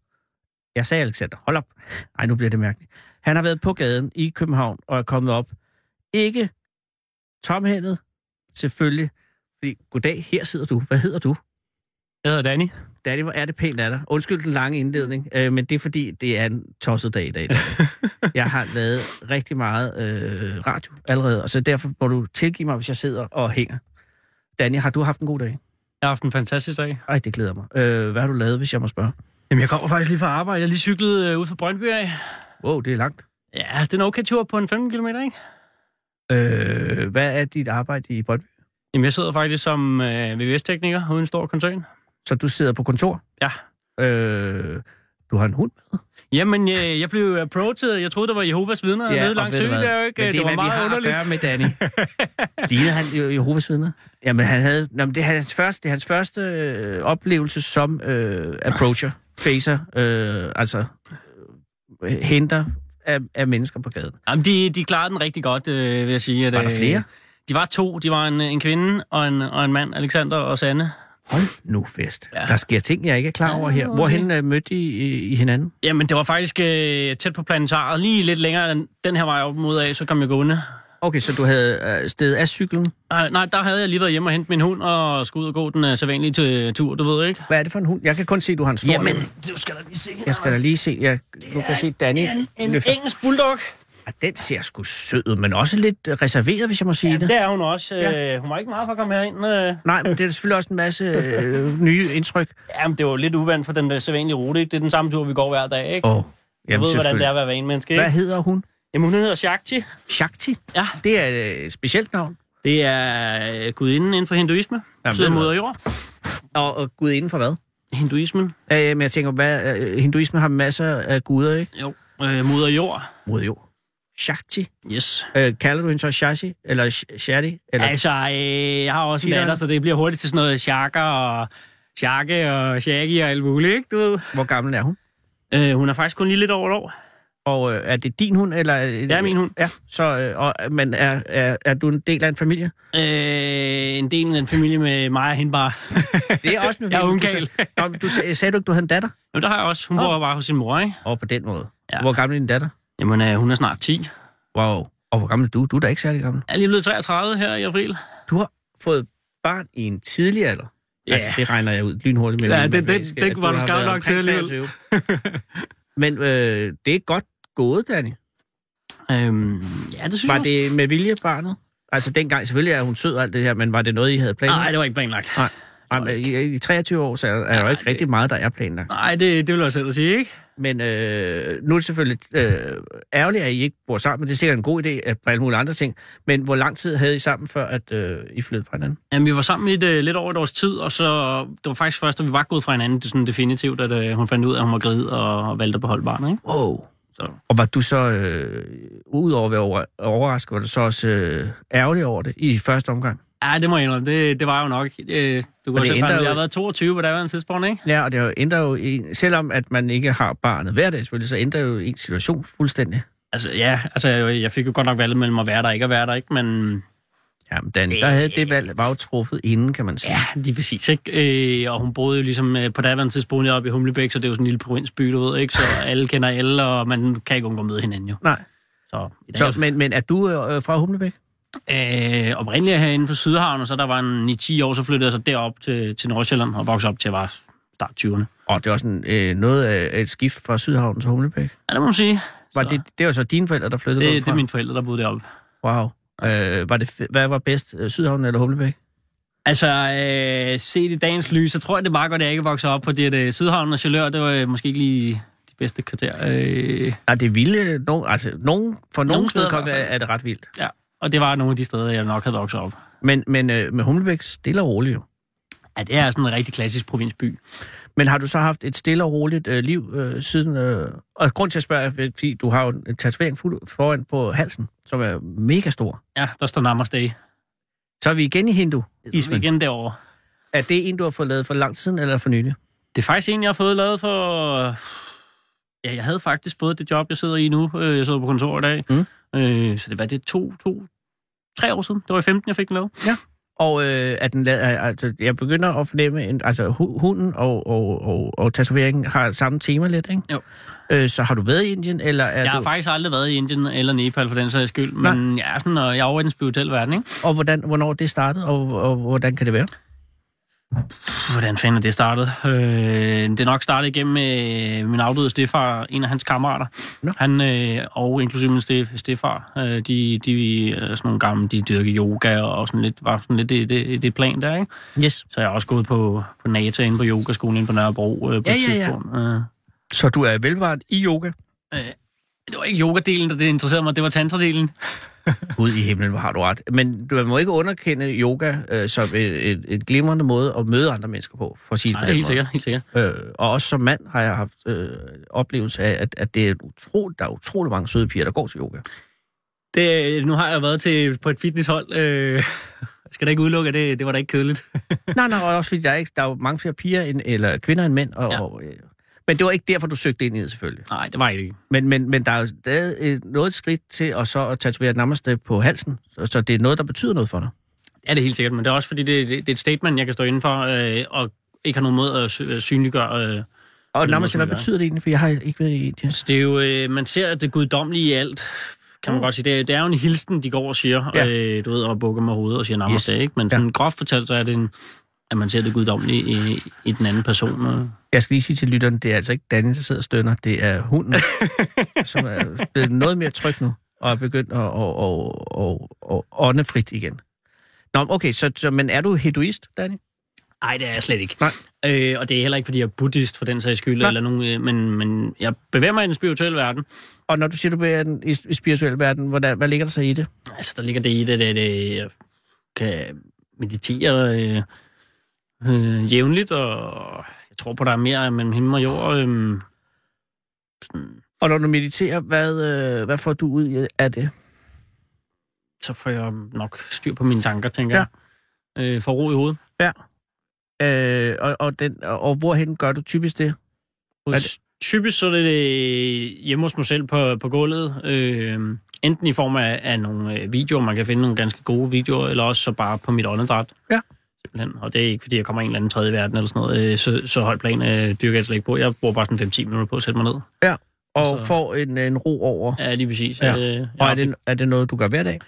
Jeg sagde Alexander, hold op. Ej, nu bliver det mærkeligt. Han har været på gaden i København og er kommet op. Ikke tomhændet, selvfølgelig. Fordi, goddag, her sidder du. Hvad hedder du? Jeg hedder Danny. Daddy, hvor er det pænt af dig. Undskyld den lange indledning, øh, men det er fordi, det er en tosset dag i dag. jeg har lavet rigtig meget øh, radio allerede, og så derfor må du tilgive mig, hvis jeg sidder og hænger. Danny, har du haft en god dag? Jeg har haft en fantastisk dag. Ej, det glæder mig. Øh, hvad har du lavet, hvis jeg må spørge? Jamen, jeg kommer faktisk lige fra arbejde. Jeg har lige cyklet øh, ud fra Brøndby af. Wow, det er langt. Ja, det er en okay tur på en 15 km, ikke? Øh, hvad er dit arbejde i Brøndby? Jamen, jeg sidder faktisk som øh, VVS-tekniker ude i en stor koncern. Så du sidder på kontor? Ja. Øh, Du har en hund med? Jamen, øh, jeg, jeg blev approached. Jeg troede, der var Jehovas vidner ja, nede langs søen. Der, ikke? Men det, det var hvad vi meget har underligt. at gøre med Danny. Lignede han Jo- Jehovas vidner? Jamen, han havde, jamen det, er hans første, det er hans første øh, oplevelse som øh, approacher, facer, øh, altså øh, henter af, af mennesker på gaden. Jamen, de, de klarede den rigtig godt, øh, vil jeg sige. At, Var der øh, flere? De var to. De var en, en kvinde og en, og en mand, Alexander og Sanne. Hold nu fest. Ja. Ja. Der sker ting, jeg ikke er klar over her. okay. Hvorhen øh, mødte I, I, I hinanden? Jamen, det var faktisk øh, tæt på planetariet. Lige lidt længere end den her vej op mod af, så kom jeg gående. Okay, så du havde øh, stedet af cyklen. Nej, nej, der havde jeg lige været hjemme og hentet min hund og skulle ud og gå den øh, sædvanlige til tur, du ved ikke? Hvad er det for en hund? Jeg kan kun se, at du har en stor Jamen, hund. du skal da lige se. Jeg skal da lige se. Jeg, nu kan jeg se, Danny En, en løfter. engelsk bulldog. Ah, Den ser sgu sød, ud, men også lidt øh, reserveret, hvis jeg må sige Ja, det. det er hun også. Ja. Ja. Hun var ikke meget for at komme herind. øh. Nej, men det er selvfølgelig også en masse øh, nye indtryk. Jamen, det var lidt uvandt for den der sædvanlige rute, ikke? Det er den samme tur, vi går hver dag, ikke? Åh, oh, jeg jamen ved, hvordan selvfølgelig. det er at være vanemenneske, ikke? Hvad hedder hun? Jamen, hun hedder Shakti. Shakti? Ja. Det er øh, et specielt navn. Det er øh, gudinden inden for hinduisme. Jamen, Jamen, Sød det er moder det. jord. Og, og gud inden for hvad? Hinduismen. Øh, men jeg tænker, hvad, øh, hinduismen har masser af guder, ikke? Jo. Øh, moder jord. Mod jord. Shakti. Yes. Øh, kalder du hende så Shashi? Eller Sh- Shadi? Eller... Altså, øh, jeg har også en Titteren. datter, så det bliver hurtigt til sådan noget shakker og shakke og shaggy og alt muligt, ikke? Du ved. Hvor gammel er hun? Øh, hun er faktisk kun lige lidt over et år. Og øh, er det din hund? Eller, Det er min hund. Ja, så, øh, og, men er, er, er du en del af en familie? Øh, en del af en familie med mig og hende bare. Det er også en Jeg er familie. ungkarl. Du, sagde- Nå, men du sagde, sagde du ikke, du havde en datter? Men der har jeg også. Hun Nå. bor bare hos sin mor, ikke? Og på den måde. Ja. Ja. Hvor gammel er din datter? Jamen, øh, hun er snart 10. Wow. Og hvor gammel er du? Du er da ikke særlig gammel. Jeg er lige blevet 33 her i april. Du har fået barn i en tidlig alder. Ja. Ja. Altså, det regner jeg ud lynhurtigt med. Ja, min den- den- matematiske, den at var du har skarp været nok til omkring alligevel. 23. Men øh, det er godt gået, Danny. Øhm, ja, det synes Var jeg. det med vilje, barnet? Altså dengang, selvfølgelig er hun sød og alt det her, men var det noget, I havde Nej, planlagt? det var ikke planlagt. Nej, men i, i 23 år, så er er der jo ikke det- rigtig meget, der er planlagt. Nej, det, det vil jeg selv at sige, ikke? Men øh, nu er det selvfølgelig øh, ærgerligt, at I ikke bor sammen, men det er sikkert en god idé at på alle mulige andre ting. Men hvor lang tid havde I sammen, før at øh, I flyttede fra hinanden? Jamen, vi var sammen i et, øh, lidt over et års tid, og så det var faktisk først, da vi var gået fra hinanden, det er sådan definitivt, at øh, hun fandt ud af, at hun var gravid og valgte at beholde barnet, ikke? Wow. Så. Og var du så, øh, udover at være over, overrasket, var du så også øh, ærgerlig over det i første omgang? Ja, det må jeg indrømme. Det, det var jo nok. Øh, du det kunne selv ændrer fandt, jo- jeg har været 22 på daværende tidspunkt, ikke? Ja, og det har jo ændrer jo, en, selvom at man ikke har barnet hver dag selvfølgelig, så ændrer jo en situation fuldstændig. Altså, ja, altså, jeg, jeg fik jo godt nok valget mellem at være der og ikke at være der, ikke? Men Jamen, Dan, der havde det valg, var jo truffet inden, kan man sige. ja, lige præcis, ikke? Øh, og hun boede jo ligesom øh, på daværende tidspunkt oppe i Humlebæk, så det er jo sådan en lille provinsby, du ved, ikke? Så alle kender alle, og man kan ikke undgå at møde hinanden jo. Nej. Så, i dag, Så, så men, men er du øh, fra Humlebæk? øh, oprindeligt er jeg herinde fra Sydhavn, og så der var en i 10 år, så flyttede jeg så derop til, til Nordsjælland og voksede op til at være start 20'erne. Og det er også en, øh, noget af et skift fra Sydhavn til Humlebæk. Ja, det må man sige. Var Så. det, det var så dine forældre, der flyttede Det, derudfra? det er mine forældre, der boede deroppe. Wow. Øh, var det, fe- hvad var bedst, øh, Sydhavn eller Humlebæk? Altså, øh, set i dagens lys, så tror jeg, det er meget godt, at jeg ikke voksede op på det, at øh, Sydhavn og Chalør, det var øh, måske ikke lige de bedste kvarter. Øh, Nej, det er vilde. Nogen, altså, nogen, for nogen steder i vedkommende hvert fald. er, er det ret vildt. ja, og det var nogle af de steder, jeg nok havde vokset op. Men, men øh, med Humlebæk stille og roligt jo. Ja, det er sådan en rigtig klassisk provinsby. Men har du så haft et stille og roligt øh, liv øh, siden... Øh, og grund til at spørge, er, fordi du har jo en tatovering fuld foran på halsen, som er mega stor. Ja, der står Namaste. Så er vi igen i Så er vi hinduismen. igen derovre. Er det en, du har fået lavet for lang tid siden, eller for nylig? Det er faktisk en, jeg har fået lavet for... Ja, jeg havde faktisk fået det job, jeg sidder i nu. Øh, Jeg sidder på kontor i dag. Mm. Øh, så det var det to, to, tre år siden. Det var i 15, jeg fik den lavet. Og øh, er den lavet, er- altså, jeg begynder at fornemme, en, altså hu- hunden og, og, og, og tatoveringen har samme tema lidt, ikke? Jo. Øh, så har du været i Indien, eller er Jeg du... har faktisk aldrig været i Indien eller Nepal for den sags skyld, men jeg er, sådan, og jeg er over i den spirituelle verden, ikke? Og hvordan, hvornår det startede, og, og hvordan kan det være? Hvordan fanden er det startet? Øh, det er nok startet igennem øh, min afdøde stefar, en af hans kammerater. Nå. Han øh, og inklusive min stef, stefar, øh, de, de er sådan nogle gamle, de dyrker yoga og sådan lidt, var sådan lidt det, det, det plan der, ikke? Yes. Så jeg har også gået på, på NATO inde på yogaskolen inde på Nørrebro øh, på Ja, et ja, ja. tidspunkt. Øh, Så du er velvaret i yoga? øh, Det var ikke yogadelen, der det interesserede mig, det var tantradelen. Gud i himlen, hvor har du ret. Men du må ikke underkende yoga øh, som et, et, et glimrende måde at møde andre mennesker på, for at sige det på Nej, den helt måde. sikkert, helt sikkert. Øh, og også som mand har jeg haft øh, oplevelse af, at, at det er et utro, der er utrolig mange søde piger, der går til yoga. Det, nu har jeg været til, på et fitnesshold. Øh, skal da ikke udelukke, at det, det var da ikke kedeligt. nej, nej, og også fordi der er, ikke, der er jo mange flere piger end, eller kvinder end mænd. Og, Ja. ja. og, øh, men det var ikke derfor, du søgte ind i det selvfølgelig. Nej, det var ikke. Men, men, men der er jo stadig øh, noget skridt til at, så at tatovere et namaste på halsen, så, så det er noget, der betyder noget for dig. Ja, det er helt sikkert, men det er også fordi, det, det, det er et statement, jeg kan stå indenfor, øh, og ikke har nogen måde at sy- øh, synliggøre. Øh. Og det et må namaste, sådan hvad være. betyder det egentlig? For jeg har ikke været i Indien. Så det er jo, øh, man ser det guddommelige i alt, kan man godt sige. Det er, det er jo en hilsen, de går og siger, Mm. ja. Ja. øh, du ved, og bukker med hovedet og siger namaste, yes. Yes. ikke? Men Ja. sådan groft fortalt, så er det en, at man ser det guddommelige i, i den anden person. Og... Jeg skal lige sige til lytteren, det er altså ikke Danne, der sidder og stønner, det er hunden, som er blevet noget mere tryg nu, og er begyndt at, at, at, at, at ånde frit igen. Nå, okay, så, så, men er du hedoist, Danny? Nej, det er jeg slet ikke. Nej. Øh, og det er heller ikke, fordi jeg er buddhist for den sags skyld, Nej. eller nogen, øh, men, men jeg bevæger mig i den spirituelle verden. Og når du siger, du er i den- i, i spirituel verden, hvordan, hvad ligger der så i det? Altså, der ligger det i det, at øh, jeg kan meditere øh, øh, jævnligt, og jeg tror på, at der er mere mellem himmel og jord. Øh, Og når du mediterer, hvad, øh, hvad får du ud af det? så får jeg nok styr på mine tanker, tænker Ja. ja. jeg. Øh, for ro i hovedet. Øh, og, og, den, og, og hvorhen gør du typisk det? Hos, Er det? Typisk så er det øh, hjemme hos mig selv på, på gulvet. Øh, enten i form af, af nogle øh, videoer, man kan finde nogle ganske gode videoer, eller også så bare på mit åndedræt. Ja. Simpelthen. Og det er ikke, fordi jeg kommer i en eller anden tredje verden eller sådan noget, øh, så, så højt plan øh, dyrker jeg slet ikke på. Jeg bruger bare sådan 5-10 minutter på at sætte mig ned. Og Altså- altså, får en, en ro over? Ja, lige præcis. Ja. Øh, jeg, Og er har- det, er det noget, du gør hver dag?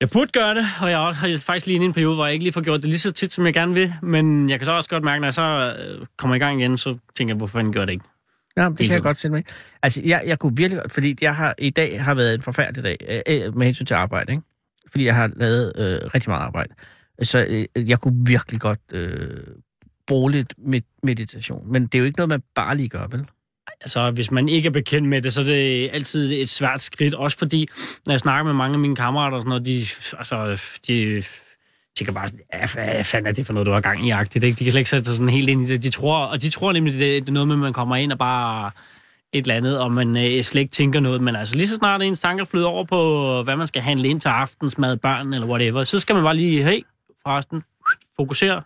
Jeg burde gøre det, og jeg har også- har faktisk lige inde i en periode, hvor jeg ikke lige får gjort det lige så tit, som jeg gerne vil. Men jeg kan så også godt mærke, når jeg så øh, kommer i gang igen, så tænker jeg, hvorfor fanden gør jeg det ikke? Ja, det Hele kan jeg tiden. godt sætte mig i. Altså, jeg, jeg kunne virkelig godt, fordi jeg har, i dag har været en forfærdelig dag øh, øh, med hensyn til arbejde, ikke? Fordi jeg har lavet øh, rigtig meget arbejde. Så øh, jeg kunne virkelig godt øh, bruge lidt med, meditation. Men det er jo ikke noget, man bare lige gør, vel? Altså, hvis man ikke er bekendt med det, så er det altid et svært skridt. Også fordi, når jeg snakker med mange af mine kammerater og sådan noget, de, altså, de tænker bare sådan, ja, hvad fanden er det for noget, du har gang i agtigt, ikke? De kan slet ikke sætte sig sådan helt ind i det. De tror, og de tror nemlig, det, det er noget med, at man kommer ind og bare et eller andet, og man øh, slet ikke tænker noget. Men altså, lige så snart ens tanker flyder over på, hvad man skal handle ind til aftensmad, børn eller whatever, så skal man bare lige, hey, forresten, fokusere.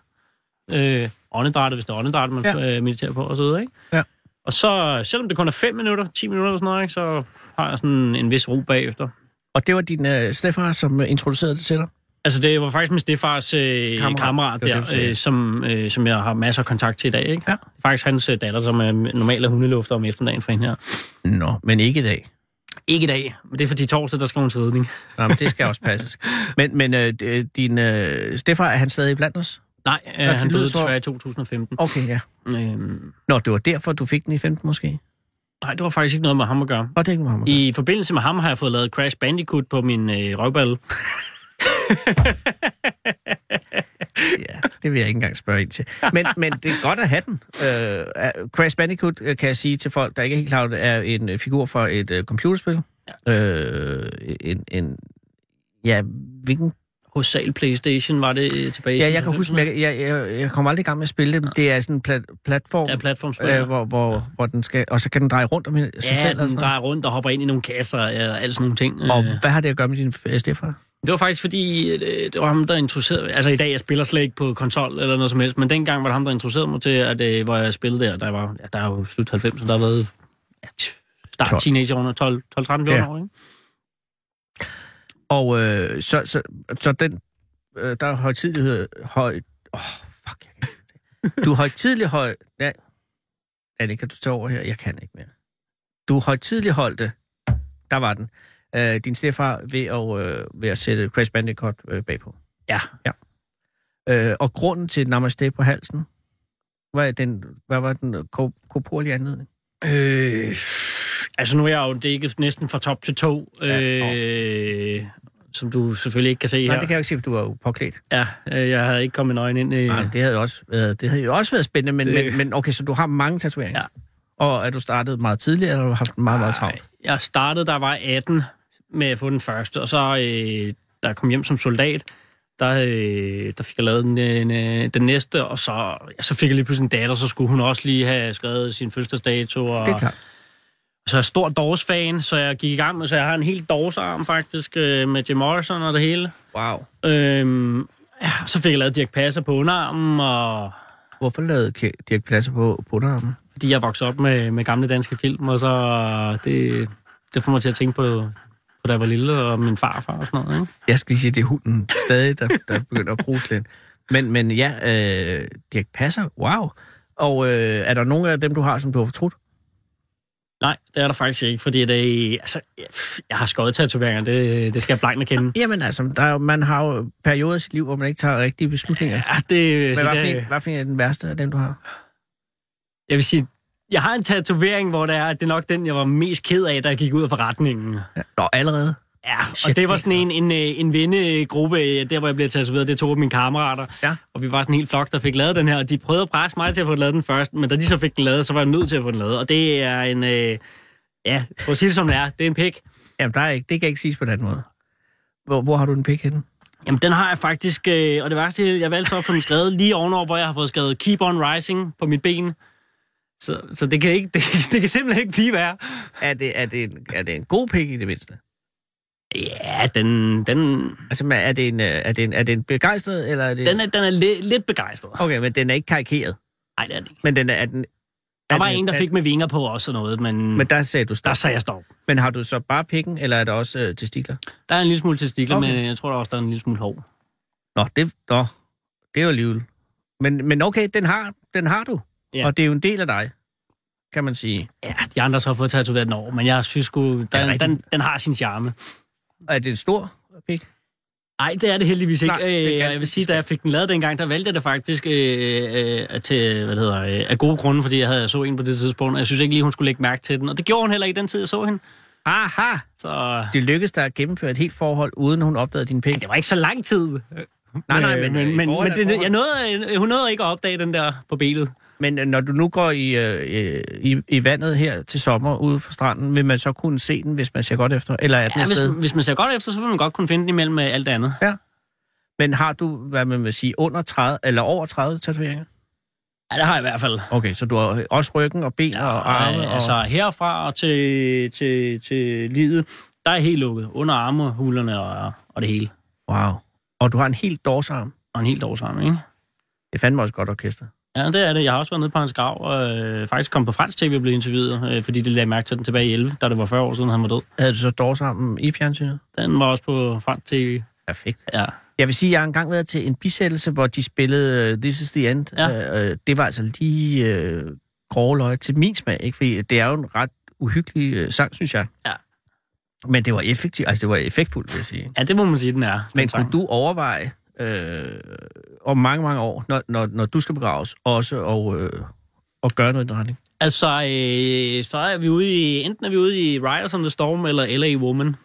Øh, åndedrættet, hvis det er åndedrættet, man ja. Ja. øh, mediterer på, og så videre, ikke? Og så, selvom det kun er 5 minutter, 10 minutter eller sådan noget, ikke, så har jeg sådan en vis ro bagefter. Og det var din øh, stefar, som øh, introducerede det til dig? Altså, det var faktisk min stefars øh, kammerat, Kammerat. kammerat Det var der, det, du sagde. øh, som, øh, som jeg har masser af kontakt til i dag. Ikke? Ja. Det er faktisk hans øh, datter, som er normalt er hundelufter om eftermiddagen for hende her. Nå, men ikke i dag. Ikke i dag, men det er fordi torsdag, der skal hun til ridning. Nå, men det skal også passes. Men, men øh, d- din øh, stefar, er han stadig blandt os? Nej, øh, Der han lyder døde så- desværre i 2015. Okay, ja. Øhm, Nå, det var derfor, du fik den i 15 måske? nej, det var faktisk ikke noget med ham at gøre. Og det er ikke noget, med ham at gøre. I forbindelse med ham har jeg fået lavet Crash Bandicoot på min øh, røvballe. Ja, det vil jeg ikke engang spørge ind til. Men, men det er godt at have den. Øh, er- Crash Bandicoot, øh, kan jeg sige til folk, der ikke er helt klar, over det, er en øh, figur fra et øh, computerspil. Øh, en, en, ja, hvilken... Hos Sal Playstation var det øh, tilbage i Ja, jeg kan 90'erne. huske, men jeg, jeg, jeg, jeg kommer aldrig i gang med at spille det, men det er sådan en plat, platform, Ja, platformspil. øh, hvor, hvor, hvor den skal... Og så kan den dreje rundt om hin- sig Ja, selv. og den sådan drejer rundt og hopper ind i nogle kasser og øh, alt sådan nogle ting. noget. Øh, Og hvad har det at gøre med din øh, stedfar? Det var faktisk fordi, øh, det var ham, der interesserede Altså i dag, jeg spiller slet ikke på konsol eller noget som helst, men dengang var det ham, der interesserede mig til, at, øh, hvor jeg spillede der, der var, ja, der er jo slut 90'erne, der har været ja, t- start 12. teenageårene, 12, 12 13 Ja. 14 år, ikke? Og øh, så, så, så den, øh, der er højtidlighed, høj... Åh, oh, fuck, jeg kan ikke det. Du er højtidlig høj... Ja, Anne, kan du tage over her? Jeg kan ikke mere. Du er højtidlig holdte. Der var den. Øh, din stefar ved at, øh, ved at sætte Crash Bandicoot øh, bagpå. Ja. ja. Øh, og grunden til namaste på halsen, hvad, er den, hvad var den øh, ko- korporlige anledning? Øh, altså nu er jeg jo dækket næsten fra top til to, Ja, øh, som du selvfølgelig ikke kan se Nej, her. det kan jeg jo ikke sige, for du var jo påklædt. Ja, øh, jeg havde ikke kommet nøgen ind. Øh, Nej, det havde, jo også været, det havde jo også været spændende, men, Det- men, men okay, så du har mange tatoveringer. Ja. Og er du startet meget tidligt, eller har du haft meget, meget travlt? Jeg startede, der var 18 med at få den første, og så øh, da jeg kom hjem som soldat, der, øh, der fik jeg lavet den, den, øh, den næste, og så, ja, så fik jeg lige pludselig en datter, så skulle hun også lige have skrevet sin fødselsdagsdato. Og, Det er klart. Så jeg er stor Doors-fan, så jeg gik i gang med, så jeg har en hel Doors-arm faktisk, øh, med Jim Morrison og det hele. Wow. Øhm, ja, så fik jeg lavet Dirk Passer på underarmen, og Hvorfor lavede Ke- Dirk Plasser på bunderarmen? fordi jeg voksede op med, med gamle danske film, og så øh, det, det får mig til at tænke på, på da jeg var lille, og min farfar og sådan noget. Ikke? Jeg skal lige sige, at det er hunden stadig, der, der begynder at bruge lidt. Men, men ja, øh, Dirk Passer, wow. Og øh, er der nogen af dem, du har, som du har fortrudt? Nej, det er der faktisk ikke, fordi det, altså, jeg, pff, jeg har skåret tatoveringer, det, det skal jeg blankt erkende. Jamen altså, der er, jo- man har jo perioder i sit liv, hvor man ikke tager rigtige beslutninger. Ja, det, øh, Men så hvad for, en, det, hvad for en er den værste af dem, du har? jeg vil sige, jeg har en tatovering, hvor det er, at det er nok den, jeg var mest ked af, da jeg gik ud af forretningen. Nå, allerede. Ja, og Shit, Shit, det var det er sådan en, en, øh, en vennegruppe, øh, der hvor jeg blev tatoveret, det tog mine kammerater. Ja. Og vi var sådan en hel flok, der fik lavet den her, og de prøvede at presse mig til at få den lavet den først, men da de så fik den lavet, så var jeg nødt til at få den lavet. Og det er en, øh, ja, for at sige det som det er, det er en pik. Jamen, der er ikke, det kan ikke siges på den måde. Hvor, hvor har du den pik henne? Jamen den har jeg faktisk, øh, og det værste, er, jeg valgte så at få den skrevet lige ovenover, hvor jeg har fået skrevet Keep on Rising på mit ben. Så, så det, kan ikke, det, det kan simpelthen ikke blive værre. Er det, er, det en, er det en god pik i det mindste? Ja, den, den, Altså, men er det en, øh, er det en, er det en begejstret, eller er det... den er, den er li- lidt begejstret. Okay, men den er ikke karikeret. Nej, det er den ikke. Men den er, er den... Der er var det- en, der er- fik med vinger på også og noget, men... Men der sagde du stop. Der sagde jeg stop. Men har du så bare pikken, eller er der også øh, testikler? Der er en lille smule testikler, Okay. okay. men jeg tror der også, der er en lille smule hår. Nå, det, nå, det er jo alligevel. Men, men okay, den har, den har du. Ja. Og det er jo en del af dig, kan man sige. Ja, de andre så har fået tatoveret den over, men jeg synes sgu, den, rigtigt? den, den har sin charme. Og er det en stor pik? Nej, det er det heldigvis ikke. Nej, Nej, det er det jeg ganske vil sige, da jeg fik den lavet dengang, der valgte jeg det faktisk øh, øh, til, hvad det hedder, øh, af gode grunde, fordi jeg havde jeg så en på det tidspunkt, og jeg synes ikke lige, hun skulle lægge mærke til den. Og det gjorde hun heller ikke den tid, jeg så hende. Aha! Så Det lykkedes dig at gennemføre et helt forhold, uden hun opdagede din pik. det var ikke så lang tid. Nej, nej, Øh, men, øh, i men, men, forhold men er det, forhold. jeg nåede, øh, hun nåede ikke at opdage den der på billedet. Men øh, når du nu går i, øh, øh, i, i vandet her til sommer ude for stranden, vil man så kunne se den, hvis man ser godt efter? Eller er den Ja, et hvis, sted? hvis man ser godt efter, så vil man godt kunne finde den imellem øh, alt andet. Men har du, hvad man vil sige, under 30, eller over 30 tatoveringer? Ja, det har jeg i hvert fald. Okay, så du har også ryggen og ben ja, og arme? øh, Og... Altså herfra og til, til, til livet, der er helt lukket. Under arme, hulerne og, og det hele. Wow. Og du har en helt dorsarm. Og en helt årsarm, ikke? Det er fandme også et godt orkester. Ja, det er det. Jeg har også været nede på hans grav, og øh, faktisk kom på fransk tv og blev interviewet, øh, fordi det lagde mærke til den tilbage i 11, da det var 40 år siden, han var død. Havde du så dorsarmen i fjernsynet? Den var også på fransk tv. Perfekt. Ja. Jeg vil sige, at jeg har engang været til en bisættelse, hvor de spillede uh, This is the End. Ja. Uh, det var altså lige uh, grove løg til min smag, ikke? fordi det er jo en ret uhyggelig uh, sang, synes jeg. Ja. Men det var effektivt, altså det var effektfuldt, vil jeg sige. ja, det må man sige, den er. Men den sang. kunne du overveje øh, om mange, mange år, når, når, når du skal begraves, også og, øh, at gøre noget i den retning? Altså, øh, så er vi ude i, enten er vi ude i Riders on the Storm eller LA Woman.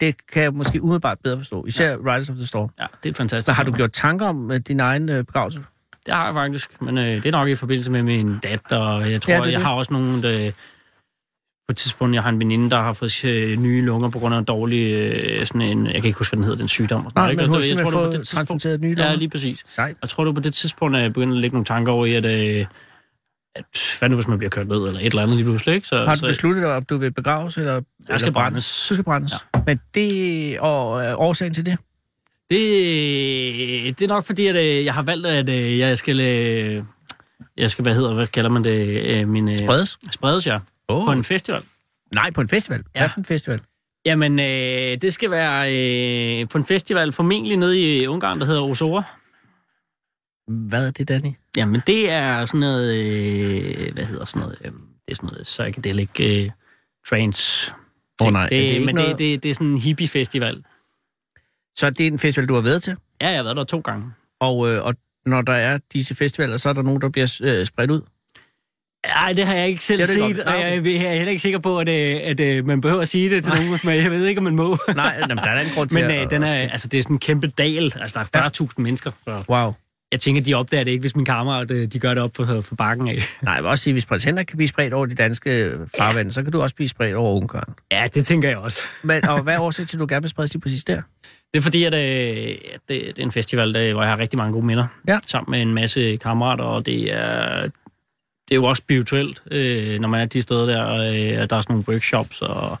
Det kan jeg måske umiddelbart bedre forstå, især ja. Riders of the Storm. Ja, det er et fantastisk. Men har du nummer. gjort tanker om øh, din egen øh, begravelse? Det har jeg faktisk, men øh, det er nok i forbindelse med min datter, og jeg tror, Ja, ja, det er jeg det. har også nogle... Øh, på et tidspunkt, jeg har en veninde, der har fået øh, nye lunger på grund af en dårlig... Øh, sådan en, jeg kan ikke huske, hvad den hedder, den sygdom. og sådan Nej, noget, men ikke? hun Og har det- jeg tror, simpelthen det var på fået det tidspunkt- transplanteret nye lunger. Ja, lige præcis. Sejt. Jeg tror, det var på det tidspunkt, at jeg begyndte at lægge nogle tanker over i, at, øh, at hvad nu, hvis man bliver kørt ned, eller et eller andet lige pludselig, ikke? Så, Har du så, besluttet dig, om du vil begraves eller eller skal brændes. Du skal brændes. Ja. Men det og øh, årsagen til det? Det, det er nok fordi, at øh, jeg har valgt, at øh, jeg skal... Øh, jeg skal, hvad hedder, hvad kalder man det? Øh, min, øh, Bredes? Spredes, ja. Oh. På en festival. Nej, på en festival. Ja. Ja. Hvad for en festival? Jamen, øh, det skal være øh, på en festival, formentlig nede i Ungarn, der hedder Osora. Hvad er det, Danny? Jamen, det er sådan noget, øh, hvad hedder sådan noget, øh, det er sådan noget psychedelic øh, trance. Åh, nej, er det det, ikke det men noget- det, det, det er sådan en hippie-festival. Så det er en festival, du har været til, Ja, jeg har været der to gange. og, øh, og når der er disse festivaler, så er der nogen, der bliver øh, spredt ud. Nej, det har jeg ikke selv Det er det godt. set, og Nej, jeg jeg er heller ikke sikker på, at, øh, at, at man behøver at sige det til nogen, men jeg ved ikke, om man må. Nej, jamen, der er da en grund til Men at- øh, den at- er, altså, det er sådan en kæmpe dal, altså der er 40.000 mennesker. Så. Wow. jeg tænker, de opdager det ikke, hvis min kammerat, øh, de gør det op på, på bakken af. Nej, jeg vil også sige, hvis prins Henrik kan blive spredt over de danske øh, farvande, ja. så kan du også blive spredt over Ungarn. Ja, det tænker jeg også. Men, og hvad er årsagen til, at du gerne vil spredes lige præcis der? Det er fordi, at, øh, at det, det er en festival, der, hvor jeg har rigtig mange gode minder. Ja. Sammen med en masse kammerater, og det er, det er jo også spirituelt, øh, når man er de steder der, og øh, at der er sådan nogle workshops, og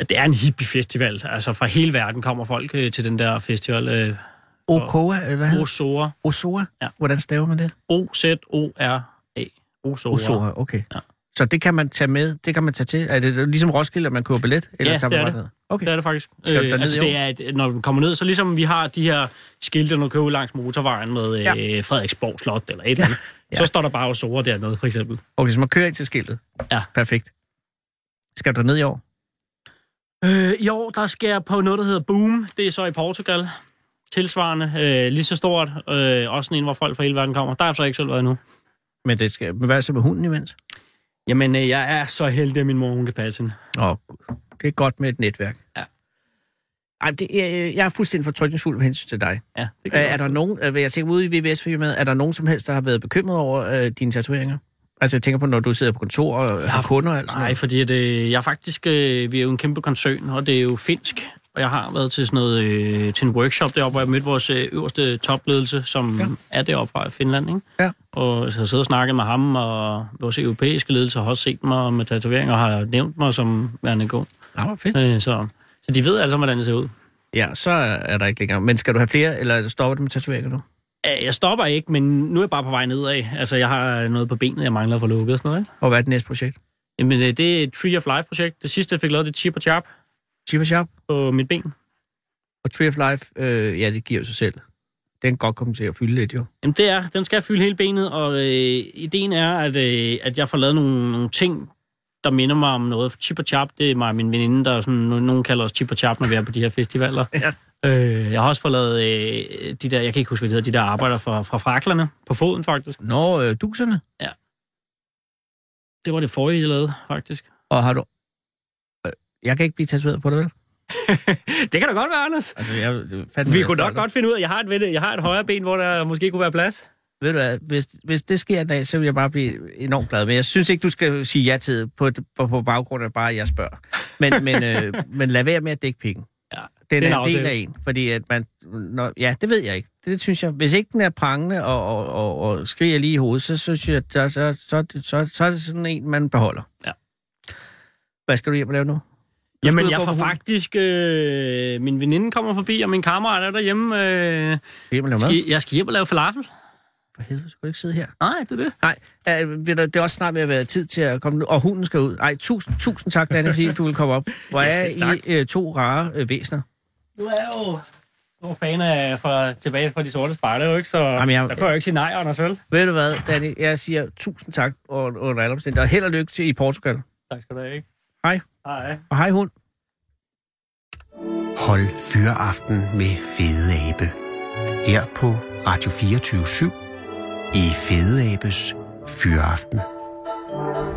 at det er en hippie-festival. Altså fra hele verden kommer folk øh, til den der festival. Øh, Okoa, eller hvad hedder det? Osora. Osoa? Ja. Hvordan staver man det? O-Z-O-R-A. Osora. Osoa, okay. Ja. Så det kan man tage med, det kan man tage til. Er det ligesom Roskilde, at man køber billet? Eller Ja, tager det man er bare ned? Okay. Det er det faktisk. Skal du øh, derned altså, i det er, et- når du kommer ned, så ligesom vi har de her skilte, når du kører langs motorvejen med Ja. øh, Frederiksborg Slot eller et eller andet, ja. Ja. så står der bare Osora dernede, for eksempel. Okay, så man kører ind til skiltet. Ja. Perfekt. Skal du ned i år? Øh, I år, der skal jeg på noget, der hedder Boom. Det er så i Portugal. Tilsvarende. Øh, lige så stort. Øh, også sådan en, hvor folk fra hele verden kommer. Der har jeg så ikke selv været endnu. Men det skal, men hvad er så med hunden imens? Jamen, øh, jeg er så heldig, at min mor hun kan passe hende. Åh, oh, det er godt med et netværk. Ja. Ej, det, jeg, jeg er fuldstændig fortrykningsfuld med hensyn til dig. Ja, det Er, kan jeg er godt. der nogen, øh, vil jeg tænker ude i VVS firmaet, er der nogen som helst, der har været bekymret over øh, dine tatoveringer? Altså jeg tænker på, når du sidder på kontor og har kunder og alt sådan Nej, noget. fordi at, øh, jeg er faktisk, øh, vi er jo en kæmpe koncern, og det er jo finsk. Og jeg har været til sådan noget, øh, til en workshop deroppe, hvor jeg mødte vores øh, øverste topledelse, som Ja. ja. er deroppe fra Finland, ikke? Ja. Og så har jeg siddet og snakket med ham, og vores europæiske ledelse har også set mig med tatoveringer, og har nævnt mig som værende god. Nej, Ah, hvor fedt. Øh, så, så de ved altså, hvordan det ser ud. Ja, så er der ikke længere. Men skal du have flere, eller stopper du med tatoveringer nu? Øh, Jeg stopper ikke, men nu er jeg bare på vej nedad. Altså, jeg har noget på benet, jeg mangler at få lukket og sådan noget. Ikke? Og hvad er det næste projekt? Jamen, øh, det er et Tree of Life-projekt. Det sidste, jeg fik lavet, det er Chip og Chap Chipper Sharp på mit ben. og Tree of Life, øh, ja, det giver jo sig selv. Den kan godt komme til at fylde lidt, jo. Jamen det er, den skal fylde hele benet, og øh, ideen er, at, øh, at jeg får lavet nogle, nogle ting, der minder mig om noget. Chip og chap, det er mig og min veninde, der er sådan, no- nogen kalder os chip og chap, når vi er på de her festivaler. Ja. Øh, jeg har også fået lavet øh, de der, jeg kan ikke huske, hvad de hedder, de der arbejder fra, fra fraklerne på foden faktisk. Nå, øh, duserne. Det var det forrige, jeg lavede faktisk. Og har du... Øh, Jeg kan ikke blive tatoveret på det, vel? Det kan da godt være, Anders. Altså, jeg, det fandme, Vi jeg kunne står nok der. godt finde ud af, jeg har et, vende- jeg har et højre ben, hvor der måske kunne være plads. Ved du hvad, hvis, hvis det sker en dag, så vil jeg bare blive enormt glad. Men jeg synes ikke, du skal sige ja til det på, på, på baggrund af bare, at jeg spørger. Men, men, øh, men lad være med at dække pikken. Ja, Den det er en er en del aftale. af en, fordi at man... Når, ja, det ved jeg ikke. Det synes jeg. Hvis ikke den er prangende og, og, og, og skriger lige i hovedet, så synes jeg, at der, så, så, så, så er det sådan en, man beholder. Ja. Hvad skal du hjem og lave nu? Du skal ud Jamen, og jeg gå får på hulen. faktisk... Øh, min veninde kommer forbi, og min kammerat er derhjemme. Øh, Hjem og lave mad? skal, jeg skal hjem og lave falafel. For helvede, skal du ikke sidde her? Nej, det er det. Nej, øh, ved du, det er også snart ved at være tid til at komme nu, og hunden skal ud. Ej, tusind, tusind tak, Danne, fordi du vil komme op. Hvor Ja, er selv tak. I øh, to rare øh, væsener? Du er jo stor fan af fra, tilbage fra de sorte spejder, jo ikke? Så, Jamen, Jamen, jeg- jeg... så kan jeg jo ikke sige nej, Anders, vel? Ved du hvad, Danny, jeg siger tusind tak og, under alle omstændigheder, og held og lykke til i Portugal. Tak skal du have, ikke? Hej. Hej. Og hej hund. Hold fyreaften med Fede Abe. Her på Radio 24 i Fede Abes Fyreaften.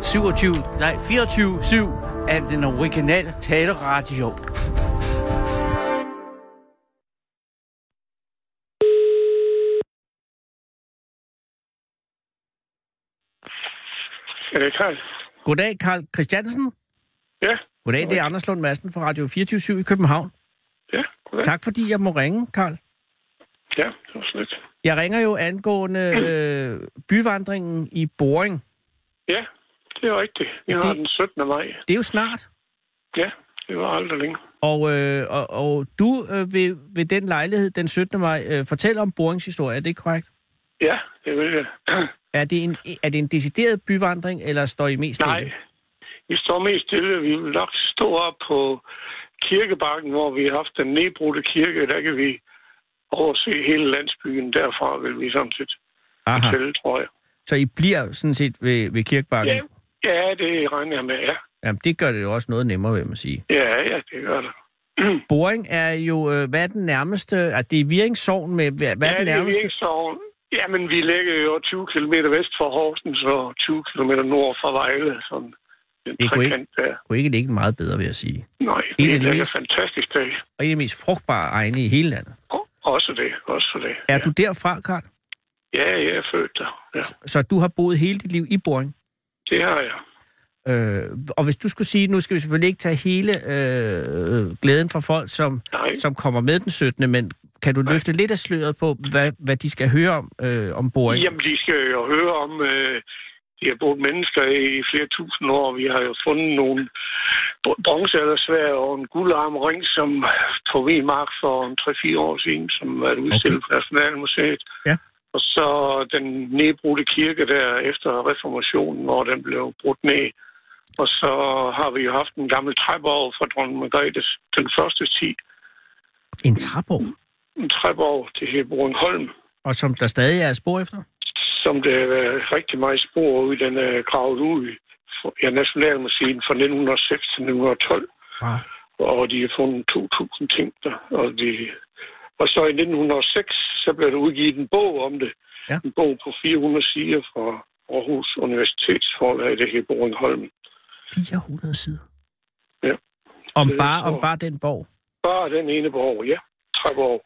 27, nej 24-7 af den originale taleradio. Er det Karl? Goddag, Karl Christiansen. Ja. Goddag, det er Anders Lund Madsen fra Radio 24 i København. Ja, goddag. Tak fordi jeg må ringe, Karl. Ja, det var slet. Jeg ringer jo angående øh, byvandringen i Boring. Ja, det er rigtigt. Vi har har det- den 17. maj. Det er jo snart. Ja, det var aldrig længe. Og, øh, og, og du øh, ved, ved den lejlighed den 17. maj øh, fortæller om Borings historie, er det ikke korrekt? Ja, det vil jeg. Er det en, er det en decideret byvandring, eller står I mest Nej, stille? vi står mest stille. Vi vil nok stå op på kirkebakken, hvor vi har haft den nedbrudte kirke. Der kan vi overse hele landsbyen. Derfra vil vi sådan set Aha. tælle, tror jeg. Så I bliver sådan set ved, ved kirkebakken? Ja, ja, det regner jeg med, ja. Jamen, det gør det jo også noget nemmere, vil man sige. Ja, ja, det gør det. Boring er jo, øh, hvad er den nærmeste... Er det er Viringsovn med... Hvad hvad er ja, den det er vi nærmeste? ikke så... Jamen, vi ligger jo 20 km vest for Horsens og 20 km nord for Vejle. Sådan en Det kunne ikke- trekant der. Kunne ikke ligge meget bedre, vil jeg sige. Nej, En af det de ligger mest- fantastisk dag. Og en af de mest frugtbare egne i hele landet. Også det, også det. Er du derfra, Karl? Ja, jeg er født der. Ja, Så du har boet hele dit liv i Boring. det har jeg. Øh, og hvis du skulle sige, nu skal vi selvfølgelig ikke tage hele øh, glæden fra folk, som, Nej. som kommer med den 17., men kan du løfte lidt af sløret på, hvad, hvad de skal høre om, øh, om Boring? Jamen, de skal jo høre om, øh, de har boet mennesker i flere tusind år. Vi har jo fundet nogle br- bronzealdersvær og en guldarmring, som på Vimark for en 3-4 år siden, som er udstillet okay. på Nationalmuseet. Ja. Og så den nedbrudte kirke der efter reformationen, hvor den blev brudt ned. Og så har vi jo haft en gammel træborg fra dronning Margrethes, den første tid. En trapper, En træborg til Hebronholm. og som der stadig er spor efter? som der er rigtig meget spor ud, den er gravet ud fra- ja, Nationalmuseet fra 1906 til 1912, Wow. og de har fundet 2.000 ting der. Og, de, og så i 1906, så blev der udgivet en bog om det. Ja. En bog på 400 sider fra Aarhus Universitetsforlag, det hedder Boringholm. 400 sider. Ja. Om Det bare, tror om bare den borg. Bare den ene borg, ja. Treborg.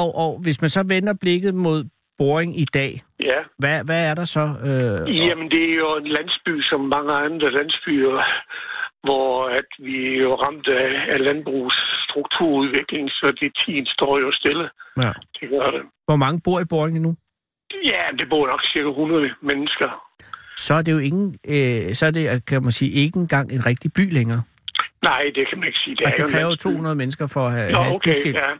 Og, og hvis man så vender blikket mod Boring i dag, Ja, hvad, hvad er der så? Øh, Jamen, det er jo en landsby, som mange andre landsbyer, hvor at vi er jo ramt af, af landbrugsstrukturudvikling, så det tiden står jo stille. ja. Det gør det. Hvor mange bor i Boring endnu? Ja, det bor nok cirka 100 mennesker. Så er det jo ingen, øh, så er det, kan man sige, ikke engang en rigtig by længere. Nej, det kan man ikke sige. Det, Og jo det en kræver jo landsby. 200 mennesker for at have, Nå, have et okay, byskilt. ja.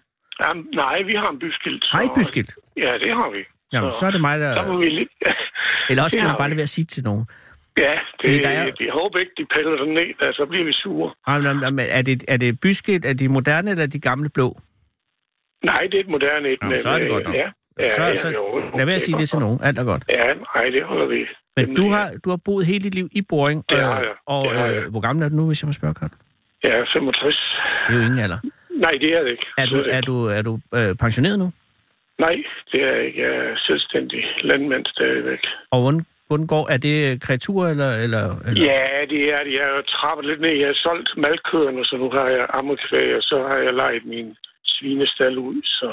Jamen, nej, vi har en byskilt. Har I et så- byskilt? Ja, det har vi. Jamen, så er det mig, Så må der... vi lige... Eller også Det kan har man bare vi. lade være at sige det til nogen. Ja, Fordi det, der er... er- jeg håber ikke, de piller den ned, da, så bliver vi sure. Jamen, jamen, jamen, Er det, er det byskilt, er de moderne eller er de gamle blå? Nej, det er et moderne et. Jamen, men- så er det godt nok. Ja, ja, Så, ja, så jo, lad være at er sige godt det til nok. nogen. Alt er godt. Ja, nej, det holder vi. Men du Nemlig, har, du har boet hele dit liv i Boring. Det har øh, jeg. Og Det har øh, jeg. hvor gammel er du nu, hvis jeg må spørge godt? Ja, 65. Det er jo ingen alder. Nej, det er det ikke. Er du, Slet ikke. er du, er du øh, pensioneret nu? Nej, det er ikke. Jeg er selvstændig landmand stadigvæk. Og hvordan, hvordan går? Er det øh, kreatur eller... eller, eller? Ja, det er det. Jeg er jo trappet lidt ned. Jeg har solgt malkøerne, så nu har jeg ammerkvæg, og så har jeg lejet min svinestal ud, så...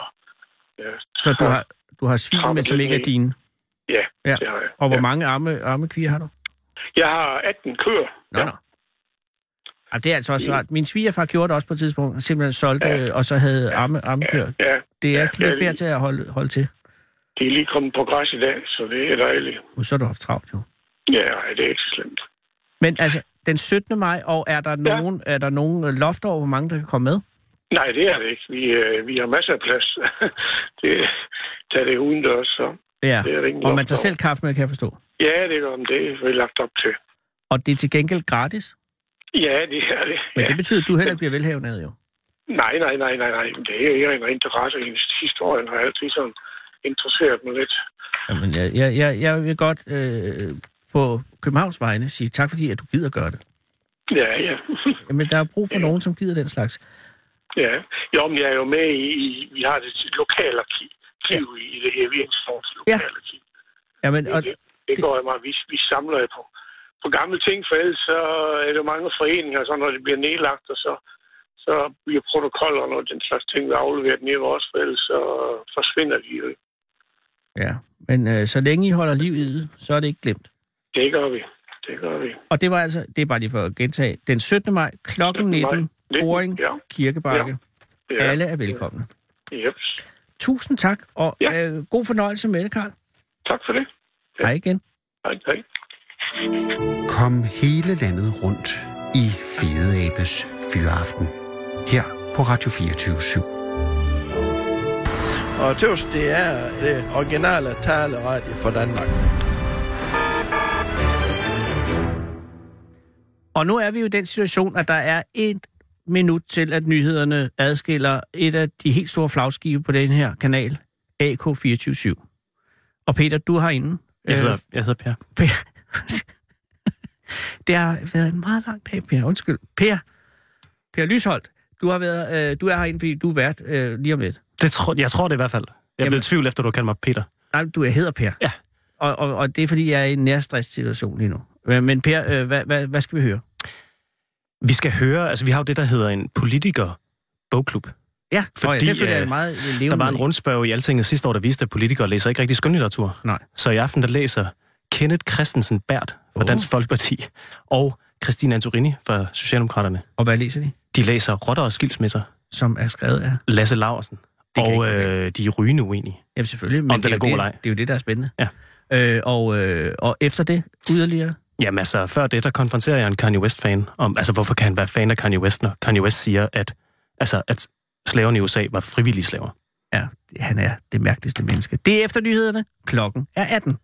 Ja, Så du har, du har svin, Trappet men som lidt ikke er ned. dine. Ja, Ja. ja. det har jeg. Og hvor ja. mange arme, arme kvier har du? Jeg har 18 køer. Nå, ja. nå. Jamen, det er altså også ret. Min svigerfar gjorde det også på et tidspunkt. Han simpelthen solgte, ja. og så havde arme, armekør. Ja. Ja, Det er Ja, ja. det er lidt mere lige- til at holde, holde til. de er lige kommet på græs i dag, så det er dejligt. Og så har du haft travlt, jo. Ja, nej, det er ikke så slemt. Men altså, den 17. maj, og er der nogen, er der nogen øh, loft over, hvor mange der kan komme med? Nej, det er det ikke. Vi, øh, vi har masser af plads. det, tag det udendørs, så... Ja, Det er der ingen og man loft tager over. selv kaffe med, kan jeg forstå. Ja, det er om det, vi lagt op til. Og det er til gengæld gratis. Ja, det er det. Men Ja. det betyder, at du heller ikke bliver velhavende, jo. Nej, nej, nej, nej, nej. Men Det er jo en interesse. Hendes historien har altid sådan interesseret mig lidt. Jamen, jeg, jeg, jeg, jeg vil godt øh, på Københavns vegne sige tak, fordi at du gider gøre det. Ja, ja. Jamen, der er brug for nogen, som gider den slags. ja. Jo, men jeg er jo med i, i vi har det lokale arkiv ja. i det her Virksomheds lokale Ja. arkiv. Jamen, og, Det, det går jeg meget. Vi, vi samler jo på, på gamle ting, for ellers så er der mange foreninger, så når det bliver nedlagt, og så, så bliver protokollerne og den slags ting, vi afleverer ned vores for ellers så forsvinder de jo. ja. Men øh, så længe I holder liv i det, så er det ikke glemt. Det gør vi. Det gør vi. Og det var altså, det er bare lige for at gentage, den 17. maj kl. 19, Nitten, Boring, ja. Kirkebakke. Ja. Alle er velkomne. Yep. Tusind tak, og Ja. øh, god fornøjelse med det, Karl. Tak for det. Hej igen. Hej, hej. Kom hele landet rundt i Fede Abes Fyraften. Her på Radio 24 /7. Og tøs, det er det originale taleradio for Danmark. Og nu er vi jo i den situation, at der er et minut til, at nyhederne adskiller et af de helt store flagskibe på den her kanal, AK247. Og Peter, du er herinde. Jeg Øh, hedder, jeg hedder Per. Per. det har været en meget lang dag, Per. Undskyld. Per. Per Lysholdt, du, har været, øh, du er herinde, fordi du er vært øh, lige om lidt. Det tror, jeg tror det i hvert fald. Jeg Jamen. blev i tvivl efter, du kaldte mig Peter. Nej, du er hedder Per. Ja. Og, og, og det er, fordi jeg er i en nærstresssituation lige nu. Men men Per, øh, hvad, hvad, hvad skal vi høre? Vi skal høre, altså vi har jo det, der hedder en politiker bogklub. Ja, fordi, ja, det føler jeg øh, meget levende Der var en i. rundspørg i Altinget sidste år, der viste, at politikere læser ikke rigtig skønlitteratur. Nej. Så i aften, der læser Kenneth Christensen Bært fra Oh. oh. Dansk Folkeparti og Christine Antorini fra Socialdemokraterne. Og hvad læser de? De læser Rotter og Skilsmisser. Som er skrevet af? Lasse Laversen. Det kan Og ikke være øh, de er rygende uenige. Jamen selvfølgelig, men Om det, den er er jo god det, eller ej. det er jo det, der er spændende. Ja. Øh, og, øh, og efter det, yderligere? Jamen altså, før det, der konfronterer jeg en Kanye West-fan om, altså hvorfor kan han være fan af Kanye West, når Kanye West siger, at, altså, at slaverne i USA var frivillige slaver. Ja, han er det mærkeligste menneske. Det er efter nyhederne. Klokken er 18.